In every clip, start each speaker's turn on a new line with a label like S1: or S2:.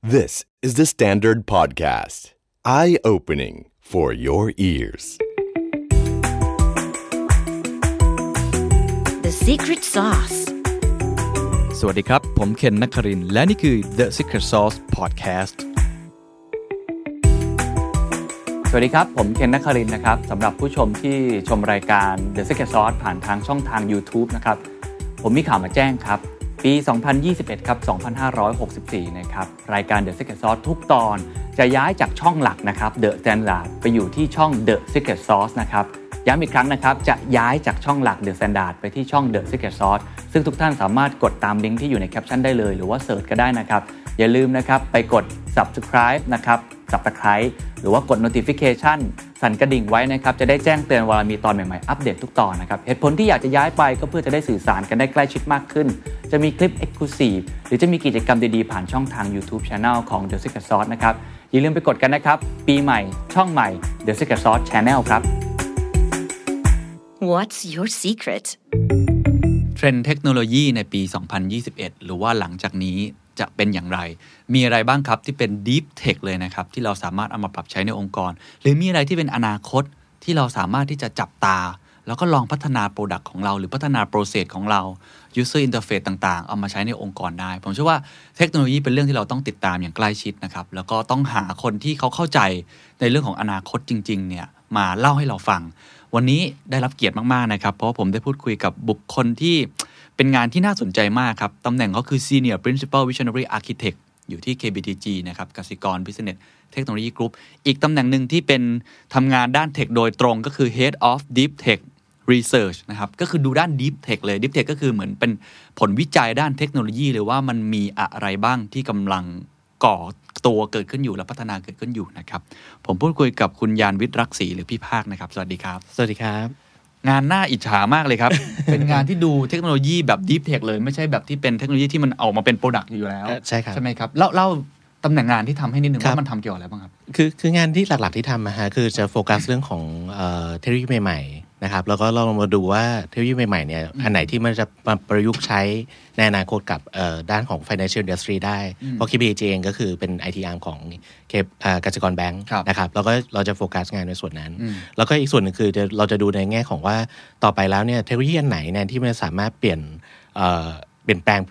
S1: This is the Standard Podcast. Eye opening for your ears.
S2: The secret sauce.
S3: สวัสดีครับ ผมเคนนักครินทร์และนี่คือ The Secret Sauce Podcast
S4: สวัสดีครับ ผมเคนนักครินทร์นะครับสำหรับผู้ชมที่ชมรายการ The Secret Sauce ผ่านทางช่องทาง YouTube นะครับ ผมมีข่าวมาแจ้งครับ ปี 2021 ครับ 2564 นะครับ รายการ The Secret Sauce ทุกตอนจะย้ายจากช่องหลักนะครับ The Standard ไปอยู่ที่ช่อง The Secret Sauce นะครับ ย้ำอีกครั้งนะครับ จะย้ายจากช่องหลัก The Standard ไปที่ช่อง The Secret Sauce ซึ่งทุกท่านสามารถกดตามลิงก์ที่อยู่ในแคปชั่นได้เลย หรือว่าเสิร์ชก็ได้นะครับ อย่าลืมนะครับไปกด subscribe นะครับ subscribe หรือว่ากด notification สั่นกระดิ่งไว้นะครับ จะได้แจ้งเตือนเวลามีตอนใหม่ ๆ อัปเดตทุกตอนนะครับ เหตุผลที่อยากจะย้ายไปก็เพื่อจะได้สื่อสารกันได้ใกล้ชิดมากขึ้น จะมีคลิป Exclusive หรือจะมีกิจกรรมดี ๆ ผ่านช่องทาง YouTube Channel ของ The Secret Sauce นะครับ อย่าลืมไปกดกันนะครับ ปีใหม่ ช่องใหม่ The Secret Sauce Channel ครับ
S2: What's your secret?
S3: เทรนด์เทคโนโลยีในปี 2021 หรือว่าหลังจากนี้จะเป็นอย่างไร มีอะไรบ้างครับที่เป็น Deep Tech เลยนะครับ ที่เราสามารถเอามาปรับใช้ในองค์กร หรือมีอะไรที่เป็นอนาคตที่เราสามารถที่จะจับตา แล้วก็ลองพัฒนา Product ของเรา หรือพัฒนา Process ของเรา User Interface ต่างๆ เอามาใช้ในองค์กรได้ ผมเชื่อว่าเทคโนโลยีเป็นเรื่องที่เราต้องติดตามอย่างใกล้ชิดนะครับแล้วก็ต้องหาคนที่เขาเข้าใจในเรื่องของอนาคตจริงๆเนี่ยมาเล่าให้เราฟัง วันนี้ได้รับเกียรติมาก ๆ นะครับ เพราะว่าผมได้พูดคุยกับบุคคลที่ เป็นงานที่น่าสนใจมากครับ ตำแหน่งเขาคือ Senior Principal Visionary Architect อยู่ที่ KBTG นะครับกสิกร Business Technology Group อีกตำแหน่งหนึ่งที่เป็นทำงานด้านเทคโดยตรงก็คือ Head of Deep Tech Research นะครับ ก็คือดูด้าน Deep Tech เลย Deep Tech ก็คือเหมือนเป็นผลวิจัยด้านเทคโนโลยีเลยว่ามันมีอะไรบ้างที่กำลังก่อตัวเกิดขึ้นอยู่และพัฒนาเกิดขึ้นอยู่นะครับ ผมพูดคุยกับคุณยานวิทย์รักศรีหรือพี่ภาคนะครับ สวัสดีครับ
S5: สวัสดีครับ
S3: งานน่าอิจฉามากเลยครับ เป็นงานที่ดูเทคโนโลยีแบบ Deep Tech เลย ไม่ใช่แบบที่เป็นเทคโนโลยีที่มันออกมาเป็นโปรดักต์อยู่แล้ว
S5: เอ่อใช่ครับ
S3: ใช่ไหมครับ เล่าเล่าตำแหน่งงานที่ทำให้นิดนึงว่ามันทำเกี่ยวกับอะไรบ้างครับ
S5: คือคืองานที่หลักๆที่ทำนะฮะคือจะโฟกัสเรื่องของเอ่อเทคโนโลยีใหม่ๆนะครับแล้วก็เราลองมาดูว่าเทคโนโลยีใหม่ๆเนี่ยอันไหนที่มันจะมาประยุกต์ใช้ในอนาคตกับเอ่อด้านของ financial industry ได้ เพราะ KBG เองก็คือเป็น IT arm ของเคเอ่อกสิกรแบงค์
S3: ครับ
S5: นะครับแล้วก็เราจะโฟกัสงานในส่วนนั้น
S3: อืม
S5: แล้วก็อีกส่วนหนึ่งคือจะเราจะดูในแง่ของว่าต่อไปแล้วเนี่ยเทคโนโลยีอันไหนเนี่ยที่มันสามารถเปลี่ยนเอ่อเปลี่ยนแปลง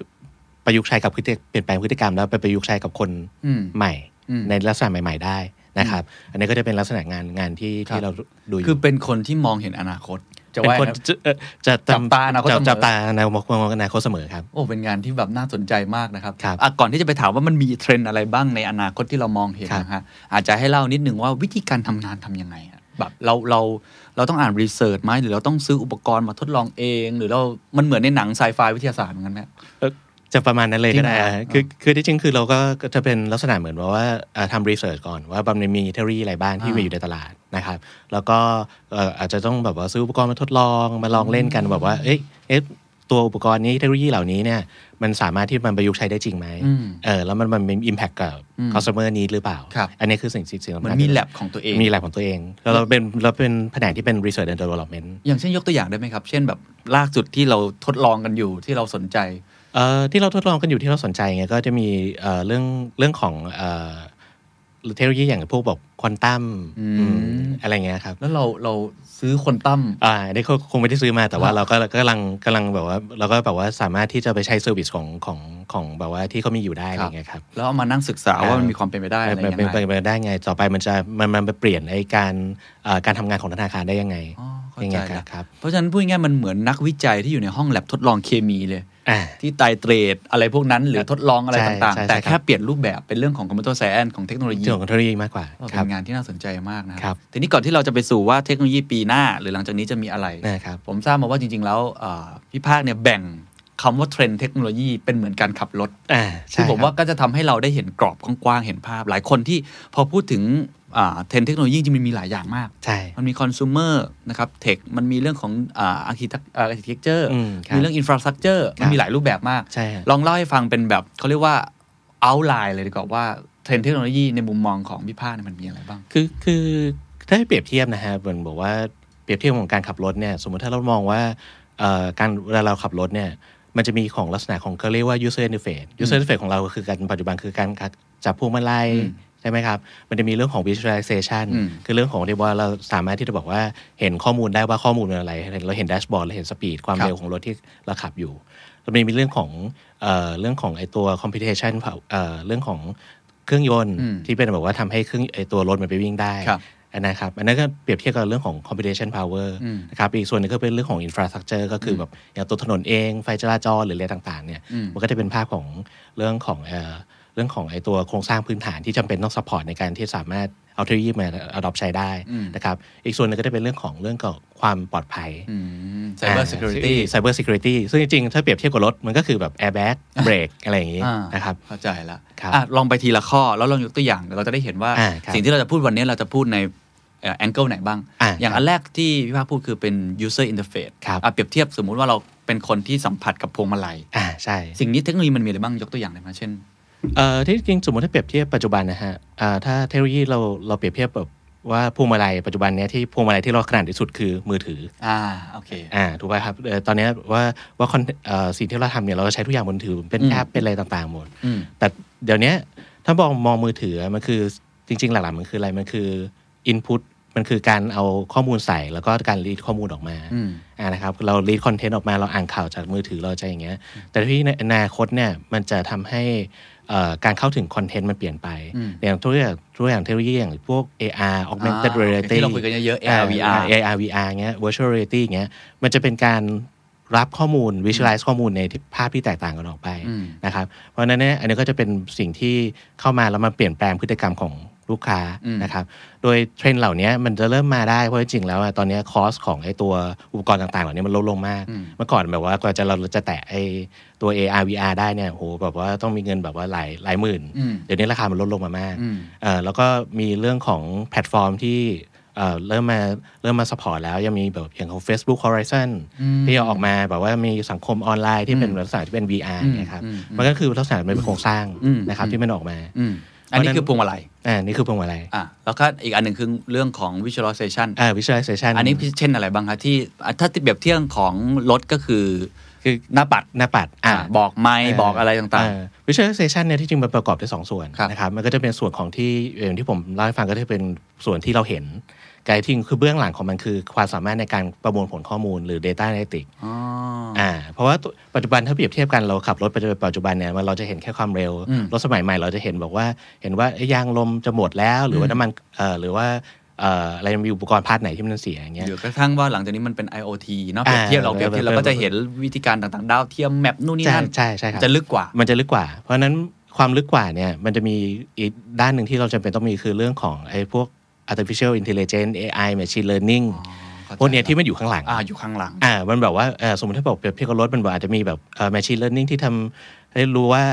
S5: ประยุกต์ใช้กับพฤติเปลี่ยนแปลงพฤติกรรมแล้วไปประยุกต์ใช้กับคน
S3: อืม
S5: ใหม่
S3: อืม
S5: ในลักษณะใหม่ ๆ ได้นะครับ อันนี้ก็จะเป็นลักษณะงานงานที่
S3: ครับ
S5: ที่เราดู
S3: คือเป็นคนที่มองเห็นอนาคต จะ
S5: เป็น
S3: ว่า
S5: คนจะเอ่อจะ
S3: จับตาอนาคตเส
S5: จับ
S3: มอ
S5: จับตาอนาคตมองอนาคตเสมอครับ
S3: โอ้เป็นงานที่แบบน่าสนใจมากนะครับ
S5: ครับ
S3: อ่ะก่อนที่จะไปถามว่ามันมีเทรนด์อะไรบ้างในอนาคตที่เรามองเห็น
S5: ครับ
S3: นะฮะอาจจะให้เล่านิดนึงว่าวิธีการทำงานทำยังไงอะแบบเราเราเราต้องอ่านรีเสิร์ชไหมหรือเราต้องซื้ออุปกรณ์มาทดลองเอง หรือเรา มันเหมือนในหนังไซไฟวิทยาศาสตร์เหมือนกันไหม
S5: เอ่อจะประมาณนั้นเลยก็ได้
S3: จริงเหรอ
S5: อะคือคือที่จริงคือเราก็ก็จะเป็นลักษณะเหมือนว่าเอ่อทำรีเสิร์ชก่อนว่ามันมีเทอรี่อะไรบ้างที่
S3: อ่ามี
S5: มีอยู่ในตลาดนะครับ แล้วก็เอ่ออาจจะต้องแบบว่าซื้ออุปกรณ์มาทดลองมาลองเล่นกันแบบว่าเอ๊ะเอ๊ะตัวอุปกรณ์นี้เทคโนโลยีเหล่านี้เนี่ยมันสามารถที่มันประยุกต์ใช้ได้จริงไหม
S3: อืม
S5: เออแล้วมันมันมีอิมแพคกับ
S3: อืม
S5: คอสเตอร์นี้หรือเปล่า
S3: ครับ
S5: อันนี้คือสิ่งสิ่งสิ่งสำคัญ
S3: เหมือนมีแลบของตัวเอง
S5: มีแลบของตัวเองแล้วเราเป็นเราเป็นแผนกที่เป็น research and development
S3: อย่างเช่นยกตัวอย่างได้ไหมครับ เช่นแบบล่าสุดที่เราทดลองกันอยู่ที่เราสนใจ
S5: เอ่อที่เราทดลองกันอยู่ที่เราสนใจไงก็จะมีเอ่อเรื่องเรื่องของเอ่อเทคโนโลยีอย่างพวกแบบควอนตัม
S3: อืม
S5: อะไรเงี้ยครับ
S3: แล้วเราเราซื้อคนตั้ม
S5: อ่าอันนี้ก็คงไม่ได้ซื้อมาแต่ว่า
S3: ครับ
S5: เราก็ก็กำลังกำลังแบบว่าเราก็แบบว่าสามารถที่จะไปใช้เซอร์วิสของของของแบบว่าที่เขามีอยู่ได้อะไรเงี้ยครับ
S3: แล้วเอามานั่งศึกษาว่ามันมีความเป็นไปได้อะไร
S5: มัน
S3: ยัง
S5: เป็น
S3: ไง
S5: ไปได้ไงต่อไปมันจะมันมันไปเปลี่ยนไอ้การเอ่อการทำงานของธนาคารได้ยังไง
S3: อ๋อเข้า
S5: ยัง
S3: ใจ
S5: ไงค
S3: ละ
S5: รับครับ
S3: เพราะฉะนั้นพูดง่ายๆมันเหมือนนักวิจัยที่อยู่ในห้องแลบทดลองเคมีเลย
S5: อ่า
S3: ที่ไตรเตรดอะไรพวกนั้นหรือทดลองอะไร
S5: ใช่
S3: ต่าง
S5: ใช่
S3: ๆ
S5: ใช่
S3: แต่
S5: ครับ
S3: แค่เปลี่ยนรูปแบบเป็นเรื่องของคอมพิวเตอร์ไซแอนของเทคโนโลยี
S5: เรื่องของเทคโนโลยีมากกว่า
S3: ก็
S5: ค
S3: เป็
S5: รับ
S3: นงานที่น่าสนใจมากนะค
S5: ครั
S3: รับ ทีนี้ก่อนที่เราจะไปสู่ว่าเทคโนโลยีปีหน้า หรือหลังจากนี้จะมีอะไร
S5: นะครับ
S3: ผมทราบมาว่าจริง ๆ แล้วเอ่อพี่ภาคเนี่ยแบ่งคำว่าเทรนด์เทคโนโลยีเป็นเหมือนการขับรถ
S5: อ่าใช่
S3: ซึ่งผม
S5: รับ
S3: ว่าก็จะทำให้เราได้เห็นกรอบกว้างๆ เห็นภาพ หลายคนที่พอพูดถึงอ่าเทรนด์เทคโนโลยีจริงๆมันมีหลายอย่างมาก
S5: ใช่
S3: มันมีคอน sumer นะครับเทคมันมีเรื่องของอาร์คิเทคเจอร์
S5: อืมครับ
S3: มีเรื่องอินฟราสตรักเจอร์
S5: ครับ
S3: มันมีหลายรูปแบบมาก
S5: ใช่ฮะ
S3: ลองเล่าให้ฟังเป็นแบบเขาเรียกว่า outline เลยดีกว่าว่าเทรนด์เทคโนโลยีในมุมมองของพี่ภาคเนี่ยมันมีอะไรบ้าง
S5: คือคือถ้าให้เปรียบเทียบนะฮะเหมือนบอกว่าเปรียบเทียบของการขับรถเนี่ยสมมติถ้าเรามองว่าเอ่อการเวลาเราขับรถเนี่ย มันจะมีของลักษณะของเขาเรียกว่า user interface user interface ของเราคือการปัจจุบันคือการจับพวงมาลัย
S3: อืม
S5: ใช่ไหมครับ มันจะมีเรื่องของ visualization
S3: อืม
S5: คือเรื่องของที่ว่าเราสามารถที่จะบอกว่าเห็นข้อมูลได้ว่าข้อมูลเป็นอะไร เราเห็นแดชบอร์ดเราเห็นสปีดความเร็วของรถที่เราขับอยู่ แล้วมันมีเรื่องของเอ่อเรื่องของไอตัว computation เอ่อเรื่องของเครื่องยนต์
S3: อืม
S5: ที่เป็นแบบว่าทำให้เครื่องไอตัวรถมันไปวิ่งได้
S3: ครับ
S5: อันนะครับอันนั้นก็เปรียบเทียบกับเรื่องของ computation power
S3: อืม
S5: นะครับอีกส่วนหนึงก็เป็นเรื่องของ infrastructure ก็คือแบบอย่างตัวถนนเองไฟจราจรหรืออะไรต่างๆเนี่ย
S3: อืม
S5: มันก็จะเป็นภาพของเรื่องของเอ่อเรื่องของไอตัวโครงสร้างพื้นฐานที่จำเป็นต้อง support ในการที่สามารถเอาเทคโนโลยีมา adopt ใช้ได้นะครับอีกส่วนหนึงก็จะเป็นเรื่องของเรื่องของความปลอดภัย
S3: ไซเบอร์ซิเคียวริตี้
S5: ไซเบอร์ซิเคียวริตี้ซึ่งจริงๆ ถ้าเปรียบเทียบกับรถ มันก็คือแบบแอร์แบ็กเบรกอะไรอย่างนี้
S3: อ่า
S5: นะครับ
S3: เข้าใจละ
S5: ครับ
S3: อ่ะลองไปทีละข้อแล้วลองยกตัวอย่างเดี๋ยวเราจะได้เห็นว่า
S5: อ่าครับ
S3: สิ่งที่เราจะพูดวันนี้เราจะพูดในแองเกิลไหนบ้าง
S5: อ่า
S3: อย่าง
S5: ครับ
S3: อันแรกที่พี่ภาคพูดคือเป็น user interface
S5: ครับ
S3: อ่ะเปรียบเทียบสมมุติว่าเราเป็นคนที่สัมผัสกับพวงมาลัย
S5: อ่าใช่
S3: สิ่งนี้เทคโนโลยีมันมีอะไรบ้างยกตัวอย่างหน่อยมาเช่น
S5: เอ่อที่จริงสมมติถ้าเปรียบเทียบปัจจุบันนะฮะอ่าถ้าเทคโนโลยีเราเราเปรียบเทียบแบบว่าพวงมาลัยปัจจุบันเนี้ยที่พวงมาลัยที่เราขนาดที่สุดคือมือถือ
S3: อ่าโอเค
S5: อ่าถูกไหมครับเอ่อตอนเนี้ยว่าว่าคอนเอ่อสิ่งที่เราทำเนี่ยเราก็ใช้ทุกอย่างบนมือถือเป็น
S3: อืม
S5: แอปเป็นอะไรต่างๆหมด
S3: อืม
S5: แต่เดี๋ยวเนี้ยถ้ามองมองมือถือมันคือจริง ๆ หลักๆ มันคืออะไรมันคือ input มันคือการเอาข้อมูลใส่แล้วก็การรีดข้อมูลออกมา
S3: อืม
S5: อ่านะครับเรารีดคอนเทนต์ออกมาเราอ่านข่าวจากมือถือเราจะอย่างเงี้ย แต่ที่ในอนาคตเนี่ยมันจะทำให้เอ่อการเข้าถึงคอนเทนต์มันเปลี่ยนไปอย่างตัวอย่างตัวอย่างเทคโนโลยีอย่างพวก AR
S3: อ่า
S5: augmented
S3: โอเค
S5: reality
S3: ที่เราคุยกันเยอะๆ AR
S5: า
S3: VR
S5: AR VR เงี้ย virtual reality เงี้ยมันจะเป็นการรับข้อมูล visualize ข้อมูลในที่ภาพที่แตกต่างกันออกไป
S3: อืม
S5: นะครับเพราะฉะนั้นเนี่ยอันนี้ก็จะเป็นสิ่งที่เข้ามาแล้วมันเปลี่ยนแปลงพฤติกรรมของลูกค้า
S3: อืม
S5: นะครับโดยเทรนด์เหล่านี้มันจะเริ่มมาได้เพราะจริงๆแล้วอะตอนนี้คอสของไอ้ตัวอุปกรณ์ต่างๆ เหล่านี้มันลดลงมาก เมื่อก่อนแบบว่ากว่าจะเราจะแตะไอ้ตัว AR VR ได้เนี่ยโหแบบว่าต้องมีเงินแบบว่าหลายหลายหมื่น
S3: อืม
S5: เดี๋ยวนี้ราคามันลดลงมามาก
S3: อืม
S5: เอ่อแล้วก็มีเรื่องของแพลตฟอร์มที่เอ่อเริ่มมาเริ่มมาสปอร์ตแล้ว ยังมีแบบอย่างของ Facebook Horizon ที่ออกมาแบบว่ามีสังคมออนไลน์ที่เป็นลักษณะที่เป็น VR เนี่ยครับ
S3: อืมอืม
S5: มันก็คือลักษณะมันเป็นโครงสร้าง
S3: อืม
S5: นะครับ
S3: อืม
S5: ที่มันออกมา
S3: อืมอันนี้คือพวงมาลัย
S5: อ่า นี่คือพวงมาลัย
S3: อ่ะแล้วก็อีกอันหนึ่งคือเรื่องของ visualization
S5: อ่า visualization
S3: อันนี้เช่นอะไรบ้างคะที่อ่ะถ้าเปรียบเทียบของรถก็คือคือหน้าปัด
S5: หน้าปัด
S3: อ่า
S5: อ่า
S3: บอกไม่
S5: เ
S3: บอกอะไรต่าง
S5: เออ visualization เนี่ยที่จริงมันประกอบด้วยสองส่วน
S3: ครับ
S5: นะครับมันก็จะเป็นส่วนของที่อย่างที่ผมเล่าให้ฟังก็จะเป็นส่วนที่เราเห็นไกด์ทิ้งคือเบื้องหลังของมันคือความสามารถในการประมวลผลข้อมูลหรือ data analytics
S3: ๆอ๋อ
S5: อ่าเพราะว่าตัวปัจจุบันถ้าเปรียบเทียบกันเราขับรถไปปัจจุบันเนี่ยมันเราจะเห็นแค่ความเร็ว
S3: อืม
S5: รถสมัยใหม่เราจะเห็นบอกว่าเห็นว่าเอ้ยยางลมจะหมดแล้ว หรือว่าน้ำมันเอ่อหรือว่าเอ่ออะไรมีอุปกรณ์พาร์ทไหนที่มันเสียอย่างเงี้ย
S3: หรือกระทั่งว่าหลังจากนี้มันเป็น IoT เนาะเป
S5: อ่า
S3: รียบเทียบเราเปรียบเทียบเราก็จะเห็นวิธีการต่างๆ ดาวเทียมแมปนู่นนี่นั่น
S5: ใช่ใช่ใช่ครับ
S3: จะลึกกว่า
S5: มันจะลึกกว่า เพราะฉะนั้นความลึกกว่าเนี่ยมันจะมีอีกด้านหนึ่งที่เราจำเป็นต้องมีคือเรื่องของไอ้พวก artificial intelligence AI machine learning พวกเนี้ยที่มันอยู่ข้างหลัง
S3: อ่าอยู่ข้างหลัง
S5: อ่ามันแบบว่าเอ่อสมมติถ้าบอกเปรียบเทียบกับรถมันบอกอาจจะมีแบบเอ่อ machine learning ที่ทำให้รู้ว่า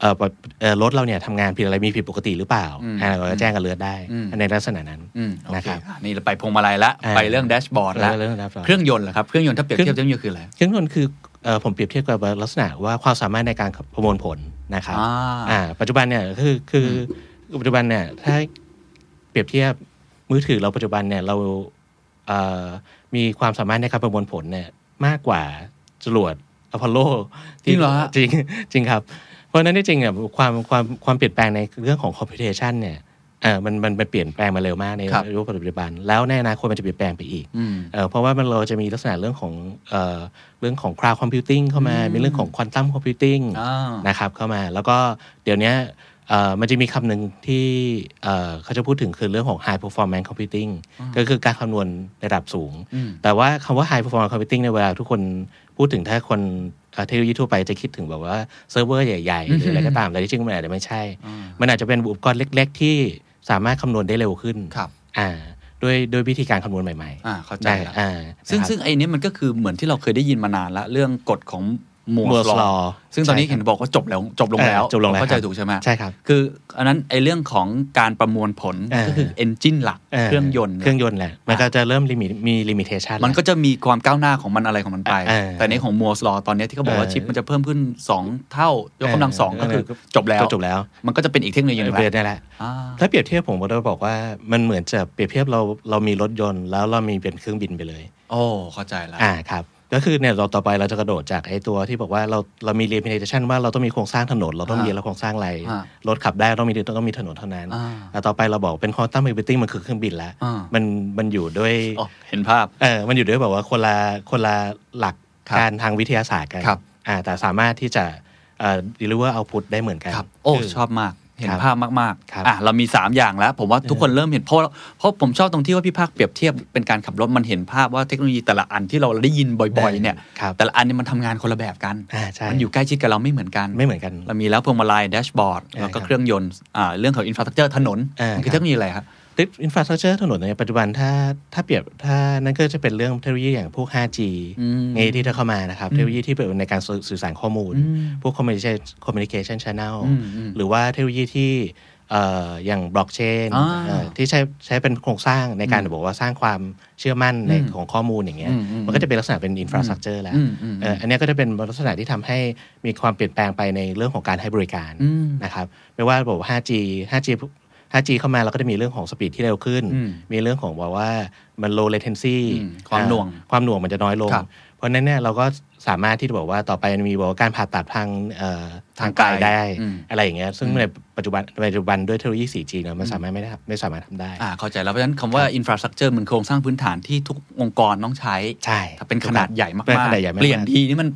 S5: เอ่อแบบเอ่อรถเราเนี่ยทำงานผิดอะไรมีผิดปกติหรือเปล่า
S3: อืม
S5: อ่าเราก็แจ้งกับเลือดได้
S3: อืม
S5: ในลักษณะนั้น
S3: อืมโอ
S5: นะ
S3: เค
S5: ครับ
S3: อ่ะนี่เราไปพวงมาลัยละ
S5: อ่า
S3: ไปเรื่องแดชบอร์ดละ
S5: เรื่อง dashboard
S3: เครื่องยนต์เหรอครับเครื่องยนต์ถ้าเปรียบเทียบ
S5: เครื่
S3: เรื่อ
S5: อง ง
S3: ยนต์คืออะไร
S5: เครื่องยนต์คือเอ่อผมเปรียบเทียบกับลักษณะว่าความสามารถในการประมวลผลนะครับ
S3: อ่า
S5: อ่าปัจจุบันเนี่ยคือคือปัจจุบันเนี่ยถ้าเปรียบเทียบมือถือเราปัจจุบันเนี่ยเราเอ่อมีความสามารถในการประมวลผลเนี่ยมากกว่าจรวดอพอลโล
S3: จริงเหรอฮะ
S5: จริงจริงครับ เพราะฉะนั้นที่จริงอ่ะความความความเปลี่ยนแปลงในเรื่องของคอมพิวเตชันเนี่ยเออมันมันมันเปลี่ยนแปลงมาเร็วมากใน
S3: ครับ
S5: ยุคปัจจุบัน แล้วในอนาคตมันจะเปลี่ยนแปลงไปอีก
S3: อืม
S5: เอ่อเพราะว่ามันเราจะมีลักษณะเรื่องของเอ่อเรื่องของคลาวด์คอมพิวติ้งเข้ามา
S3: อืม
S5: มีเรื่องของควอนตัมคอมพิวติ้ง
S3: อ่าน
S5: นะครับเข้ามา แล้วก็เดี๋ยวเนี้ยเอ่อมันจะมีคำหนึ่งที่เอ่อเขาจะพูดถึงคือเรื่องของ high performance computing ก็คือการคำนวณระดับสูง
S3: อืม
S5: แต่ว่าคำว่า high performance computing ในยเวลาทุกคนพูดถึงถ้าคนเอ่อเทคโนโลยีทั่วไปจะคิดถึงแบบว่าเซิร์ฟเวอร์ใหญ่ๆ หรืออะไรก็ตาม แต่ที่จริงมันอาจจะไม่ใช่ มันอาจจะเป็นอุปกรณ์เล็ก ๆ ที่สามารถคำนวณได้เร็วขึ้น
S3: ครับ
S5: อ่าด้วยด้วยวิธีการคำนวณใหม่
S3: อ่าเข้าใจ
S5: ได้
S3: ละ
S5: อ่า
S3: ซึ่ง
S5: นะครับ
S3: ซึ่งไอ้เนี้ยมันก็คือเหมือนที่เราเคยได้ยินมานานละเรื่องกฎของมัว
S5: มัว
S3: ส
S5: ส
S3: ล
S5: ล
S3: อ
S5: อ
S3: ซึ่งตอนนี้เห็นบอกว่าจบแล้วจบลงแล้ว
S5: เอ่อจบลงแล้ว
S3: เข้าใจ
S5: ครับ
S3: ถูกใช่ไหม
S5: ใช่ครับ
S3: คืออันนั้นไอเรื่องของการประมวลผล
S5: เออ
S3: ก็คือเอนจินหลักเครื่องยนต์
S5: เครื่องยนต์แหละ มันก็จะเริ่มลิมิตมีลิมิเทชัน
S3: มันก็จะมีความก้าวหน้าของมันอะไรของมันไป
S5: เออ
S3: แต่ในของมัวสลอตอนเนี้ยที่เขาบอกว่า
S5: เออ
S3: ชิปมันจะเพิ่มขึ้น 2 เท่ายกกำลังสอง
S5: เออ
S3: ก็คือ
S5: เออ
S3: จบแล้ว
S5: จบแล้ว
S3: มันก็จะเป็นอีกเทคโนโลยีหนึ่ง
S5: เปรียบ
S3: แหละ
S5: ได้แหละ
S3: อ่า
S5: ถ้าเปรียบเทียบผมก็จะบอกว่ามันเหมือนจะเปรียบเทียบเราเรามีรถยนต์ แล้วเรามีเป็นเครื่องบินไปเลย
S3: โอ้เข้าใจแล้ว
S5: อ่าครับ ก็คือเนี่ยเราต่อไปเราจะกระโดดจากไอ้ตัวที่บอกว่าเราเรามี limitation ว่าเราต้องมีโครงสร้างถนน เราต้องมี
S3: อ่า
S5: เราโครงสร้างอะไร
S3: อ่าร
S5: ถขับได้ต้องมีต้องมีถนนเท่านั้น
S3: อ่า
S5: แต่ต่อไปเราบอกเป็น quantum computing มันคือเครื่องบินแล้ว
S3: อ่ามั
S5: มันมันอยู่ด้วย
S3: อ๋อเห็นภาพ
S5: เออมันอยู่ด้วยแบบว่าคนละคนละหลัก
S3: ครับ
S5: การทางวิทยาศาสตร์กัน
S3: ครับ
S5: อ่าแต่สามารถที่จะเอ่อ deliver output ได้เหมือนกัน
S3: โอ้
S5: คื
S3: ชอบมากเห็
S5: คนรับ
S3: ภาพมาก
S5: ครับ
S3: ๆอ่ะเรามี 3 อย่างแล้ว ผมว่าทุกคนเริ่มเห็นเพราะเพราะผมชอบตรงที่ว่าพี่ภาคเปรียบเทียบเป็นการขับรถมันเห็นภาพว่าเทคโนโลยีแต่ละอันที่เราได้ยินบ่อย ๆ เนี่ย
S5: ครับ
S3: แต่ละอันเนี่ยมันทำงานคนละแบบกัน
S5: อ่าใช่
S3: มันอยู่ใกล้ชิดกับเราไม่เหมือนกัน
S5: ไม่เหมือนกัน
S3: เรามีแล้วพวงมาลัยแดชบอร์ด
S5: ใช่
S3: แล้วก็
S5: ครับ
S3: เครื่องยนต์อ่าเรื่องของอินฟราสตรักเจอร์ถนน
S5: อ่ามั
S3: นคือเทคโนโลยีอะไรครับ
S5: ดิฟอินฟราสตรักเจอร์ถนนในปัจจุบันถ้าถ้าเปรียบถ้านั่นก็จะเป็นเรื่องเทคโนโลยีอย่างพวก 5G
S3: อืม
S5: เงที่จะเข้ามานะครับ เทคโนโลยีที่เป็นในการสื่อสื่อสารข้อมูล
S3: อืม
S5: พวกคอมมิวนิเคชันคอมมิวนิเคชันชแนล
S3: อืมอืม
S5: หรือว่าเทคโนโลยีที่เอ่ออย่างบล็อกเชน
S3: อ่า
S5: ที่ใช้ใช้เป็นโครงสร้างในการบอกว่าสร้างความเชื่อมั่นใน
S3: อืม
S5: ของข้อมูลอย่างเงี้ย
S3: อืมอืม
S5: มันก็จะเป็นลักษณะเป็นอินฟราสตรักเจอร์แล้ว
S3: อืมอืม
S5: เอ่ออันเนี้ยก็จะเป็นลักษณะที่ทำให้มีความเปลี่ยนแปลงไปในเรื่องของการให้บริการ
S3: อืม
S5: นะครับไม่ว่าบอก 5G 5G 5G เข้ามาเราก็จะมีเรื่องของสปีดที่เร็วขึ้น
S3: อืม
S5: มีเรื่องของแบบว่ามัน low latency
S3: อืมความหน่วง
S5: อ่าความหน่วงมันจะน้อยลง
S3: ครับ
S5: เพราะฉะนั้นเนี่ยเราก็สามารถที่จะบอกว่าต่อไปมีบอกว่าการผ่าตัดทางเอ่อทางไกล
S3: ทางไกล
S5: ได้
S3: อืม
S5: อะไรอย่างเงี้ยซึ่งในปัจจุบันปัจจุบันด้วยเทคโนโลยี 4G เนี่ยมันสามารถไม่ได้ไม่สามารถทำได้
S3: อ่าเข้าใจแล้วเพราะฉะนั้นคำว่าอินฟราสตรักเจอร์มันโครงสร้างพื้นฐานที่ทุกองค์กรต้องใช้
S5: ใช่
S3: ถ้าเป็นขนาดใหญ่มาก
S5: เป็นขนาดใหญ่มาก
S3: เปลี่ยนทีนี่มัน